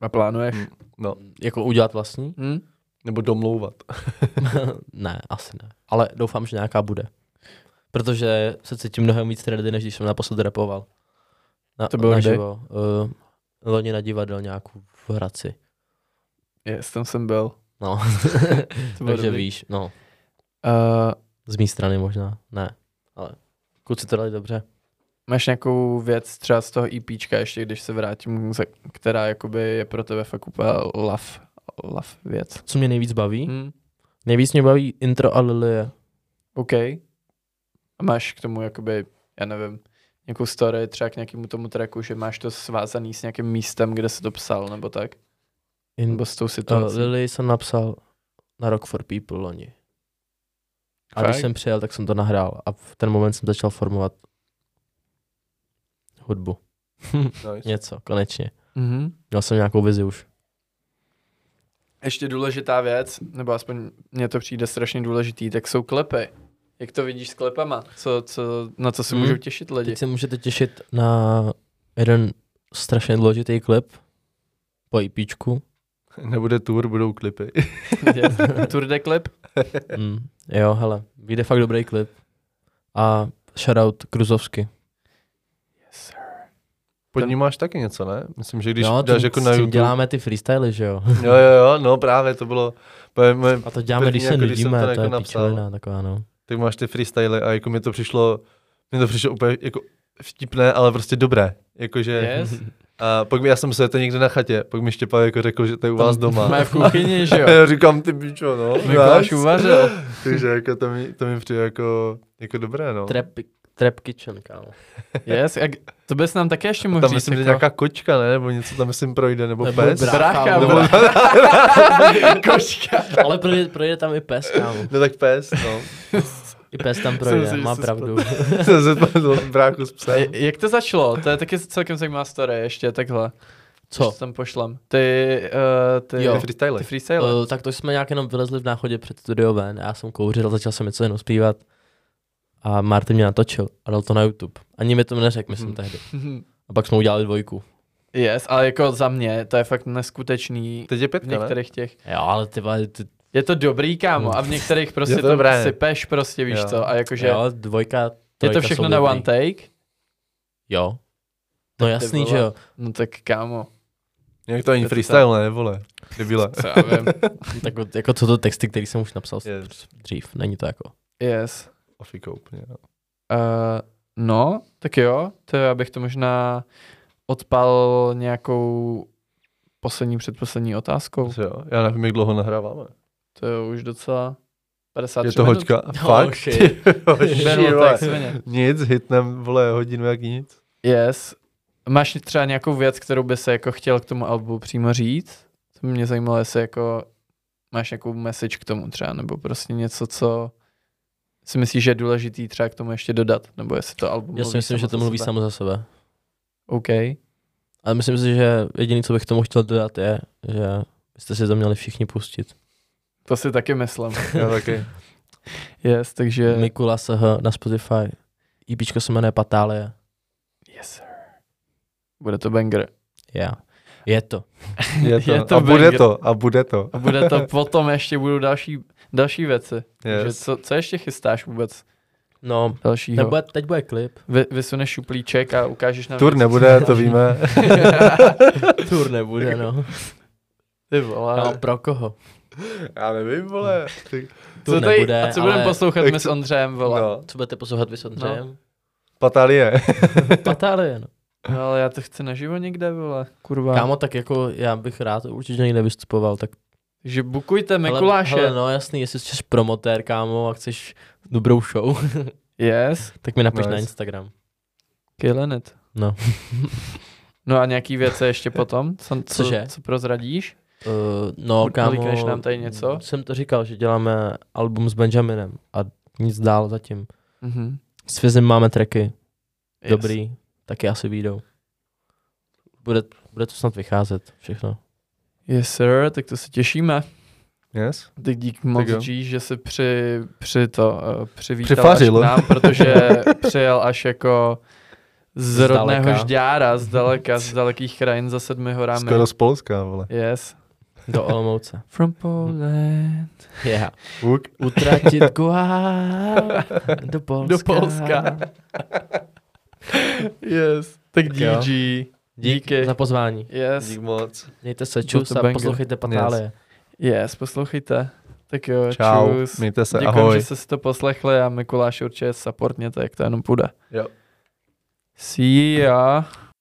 S2: A plánuješ?
S1: No,
S5: Jako udělat vlastní?
S2: Hm?
S1: nebo domlouvat.
S5: ne, asi ne. Ale doufám, že nějaká bude. Protože se cítím mnohem víc ready, než když jsem naposled repoval. Na,
S2: To bylo kde?
S5: naživo. Uh, loni na divadel nějakou v Hradci.
S2: Yes, tam jsem byl.
S5: No,
S2: To bylo
S5: takže
S2: dobrý.
S5: víš, no.
S2: Uh,
S5: Z mé strany možná, ne. Ale kluci to dali dobře.
S2: máš nějakou věc třeba z toho EPčka, ještě když se vrátím, za- která jakoby je pro tebe fakt úplně love, love věc.
S5: Co mě nejvíc baví?
S2: Hm?
S5: Nejvíc mě baví intro a Lilie.
S2: OK. A máš k tomu jakoby, já nevím, nějakou story třeba k nějakému tomu tracku, že máš to svázaný s nějakým místem, kde se to psal, nebo tak?
S5: In,
S2: Nebo s tou
S5: uh,
S2: situací.
S5: Lily jsem napsal na Rock for People loni. A když
S2: Fakt?
S5: jsem přijel, tak jsem to nahrál. A v ten moment jsem začal formovat hudbu.
S1: Nice.
S5: Něco, konečně.
S2: Mhm.
S5: Měl jsem nějakou vizi už.
S2: Ještě důležitá věc, nebo aspoň mně to přijde strašně důležitý, tak jsou klepy. Jak to vidíš s klepama? Co, co, na co se
S5: Hmm.
S2: můžou těšit lidi?
S5: Teď se můžete těšit na jeden strašně důležitý klip po E IPčku.
S1: Nebude tour, budou klipy.
S2: Tour de klip?
S5: Mm. Jo, hele, vyjde fakt dobrý klip. A shoutout Kruzovsky.
S2: Yes,
S1: Pod
S2: Ten-
S1: ním máš taky něco, ne? Myslím, že když
S5: jo,
S1: dáš
S5: tím-
S1: jako
S5: s
S1: na
S5: tím
S1: YouTube.
S5: děláme ty freestyly, že jo.
S1: Jo, jo, jo, no právě to bylo. Moje, moje,
S5: A to děláme,
S1: První,
S5: když se
S1: jako když jsem
S5: nudíme,
S1: to
S5: to,
S1: jako
S5: je
S1: napsal.
S5: pičelina taková, no.
S1: tak máš ty freestyly a jako mi to přišlo, mi to přišlo úplně jako vtipné, ale prostě dobré. Jakože,
S2: yes. No,
S1: a pak mi, já jsem se to někde na chatě, pak mi Štěpán jako řekl, že to je u vás doma.
S2: Má v kuchyni, že
S1: A
S2: jo?
S1: já říkám, ty bičo, no.
S2: Mikuláš
S1: nice.
S2: uvařil.
S1: Takže jako to mi, to mi přijde jako, jako dobré, no.
S5: Trap, trap Kitchen, kámo.
S2: Yes, a k- to bys nám také ještě mohl
S1: Tam
S2: říct.
S1: myslím, že
S2: jako-
S1: nějaká kočka, ne? Nebo něco tam myslím projde, nebo,
S5: Nebo
S1: pes.
S5: bra-
S2: Brácha,
S5: Nebo-
S2: vole.
S5: Koška. Ale projde, projde tam i pes, kámo.
S1: No tak pes, no.
S5: I pes tam projde,
S2: si, že
S5: má
S2: se
S5: pravdu.
S1: Jsem se spadl bráku s
S2: A
S1: psem.
S2: j- Jak to začalo? To je taky celkem zajímavá story, ještě takhle.
S5: Co?
S2: Ještě tam pošlem. Ty, uh, ty,
S5: Jo.
S1: Ty freestyle.
S2: ty freestyle.
S5: Uh, tak to jsme nějak jenom vylezli v náchodě před studio ven a já jsem kouřil, začal jsem něco jenom zpívat a Martin mě natočil a dal to na YouTube. Ani mi to neřekl, myslím,
S2: Hmm.
S1: Mhm.
S5: tehdy.
S2: Uh.
S5: A pak jsme udělali dvojku.
S2: Yes, ale jako za mě, to je fakt neskutečný
S1: Teď je
S2: v
S1: pětka, ne?
S2: některých těch.
S5: Jo, ale ty, vole, ty
S2: Je to dobrý, kámo, a v některých prostě
S1: Je
S2: to,
S1: to
S2: to
S1: dobré.
S2: sypeš prostě, víš
S1: Jo.
S2: co, a jakože
S5: jo, dvojka,
S2: je
S5: trojka
S2: to
S5: jsou
S2: všechno na
S5: dobrý.
S2: one take,
S5: Jo. No jasný,
S2: vole.
S5: že jo.
S2: no tak kámo,
S1: Jak to ani
S2: To je to
S1: freestyle, ne, vole. Debile.
S2: co já vím,
S5: Tak jako co to texty, který jsem už napsal
S1: Je.
S5: dřív, není to jako.
S2: yes.
S1: Ofiko úplně. no.
S2: Uh, no, tak jo, to já bych to možná odpal nějakou poslední, předposlední otázkou,
S1: Co Jo, já nevím, jak dlouho nahráváme.
S2: to je už docela 53
S1: Je to
S2: minut.
S1: hoďka.
S5: No,
S1: Fakt?
S5: shit.
S1: Jo,
S2: Beno,
S1: ši,
S2: tak
S1: vole.
S2: svině.
S1: Nic, hitnem, vole, hodinu jak nic.
S2: Yes. Máš třeba nějakou věc, kterou by se jako chtěl k tomu albu přímo říct? To by mě zajímalo, jestli jako máš nějakou message k tomu třeba, nebo prostě něco, co si myslíš, že je důležitý třeba k tomu ještě dodat, nebo jestli to album
S5: Já si
S2: mluví
S5: myslím,
S2: samo
S5: že to
S2: za
S5: mluví
S2: sebe.
S5: samo za sebe.
S2: OK.
S5: Ale myslím si, že jediné, co bych tomu chtěl dodat, je, že byste si to měli všichni pustit.
S2: To si taky myslím.
S1: Já taky.
S2: Yes, takže...
S5: Mikula SH na Spotify. IPčko se jmenuje Patálie.
S2: Yes, sir. Bude to banger.
S5: Yeah. Je to.
S1: Je to.
S2: Je to
S1: a bude
S2: banger.
S1: to, a bude to.
S2: A bude to potom ještě budou další, další věci. Yes. Takže
S1: Yes.
S2: co, co ještě chystáš vůbec
S5: No,
S2: dalšího?
S5: nebude, teď bude klip.
S2: Vy, vysuneš šuplíček a ukážeš nám...
S1: Tur
S2: něco, co
S1: nebude,
S2: děláš.
S1: to víme.
S5: Tur nebude, no.
S2: Ty
S5: no
S2: vole.
S5: pro koho?
S1: Já nevím, vole. Ty-
S5: Tur
S2: co tady,
S5: nebude,
S2: a co budeme
S5: ale-
S2: poslouchat
S1: Jak
S2: my s
S1: co-
S2: Ondřejem, vole? No.
S1: No.
S5: Co budete poslouchat vy s Ondřejem?
S1: Patalie.
S5: No. Patálie, no.
S2: Ale já to chci naživo někde, vole. Kurva.
S5: Kámo, tak jako já bych rád určitě někde vystupoval, tak
S2: Že bukujte
S5: Hele-
S2: Mikuláše.
S5: Hele, no jasný, jestli jsi promotér, kámo, a chceš dobrou show,
S2: Yes.
S5: tak mi napiš
S1: Nice.
S5: na Instagram.
S2: Killing it.
S5: No.
S2: No a nějaký věci ještě potom? Co, co,
S5: Cože?
S2: co prozradíš?
S5: Uh, no,
S2: Pod-
S5: kámo,
S2: klikneš nám tady něco?
S5: jsem to říkal, že děláme album s Benjaminem a nic dál zatím.
S2: Mhm.
S5: S Fizem máme tracky,
S2: Yes.
S5: dobrý, taky asi výjdou. Bude, bude to snad vycházet všechno.
S2: Yes sir, tak to se těšíme.
S1: Yes?
S2: Tak dík moc
S1: jo.
S2: G, že se při, při to, eh, přivítal
S1: Přifařil.
S2: až k nám, protože přijel až jako z
S5: Zdaleka.
S2: rodného žďára, z daleka, z dalekých krajin za sedmi horami.
S1: Skoro z Polska, vole.
S2: Yes.
S5: Do Olomouce.
S2: From Poland.
S5: Yeah.
S1: Uk.
S5: Utratit guá do Polska.
S2: Do Polska. Yes. Tak
S5: Tak jo.
S2: GG.
S5: Díky.
S2: Díky.
S5: Za pozvání.
S2: Yes.
S1: Dík moc.
S5: Mějte se,
S2: Byl
S5: čus
S2: to
S5: a
S2: banger.
S5: poslouchejte Patálie.
S2: Yes, poslouchejte. Tak jo,
S1: Čau.
S2: čus.
S1: Mějte se,
S2: Děkujem,
S1: ahoj.
S2: že jste si to poslechli a Mikuláš určitě supportněte, jak to jenom půjde.
S1: Jo.
S2: See ya.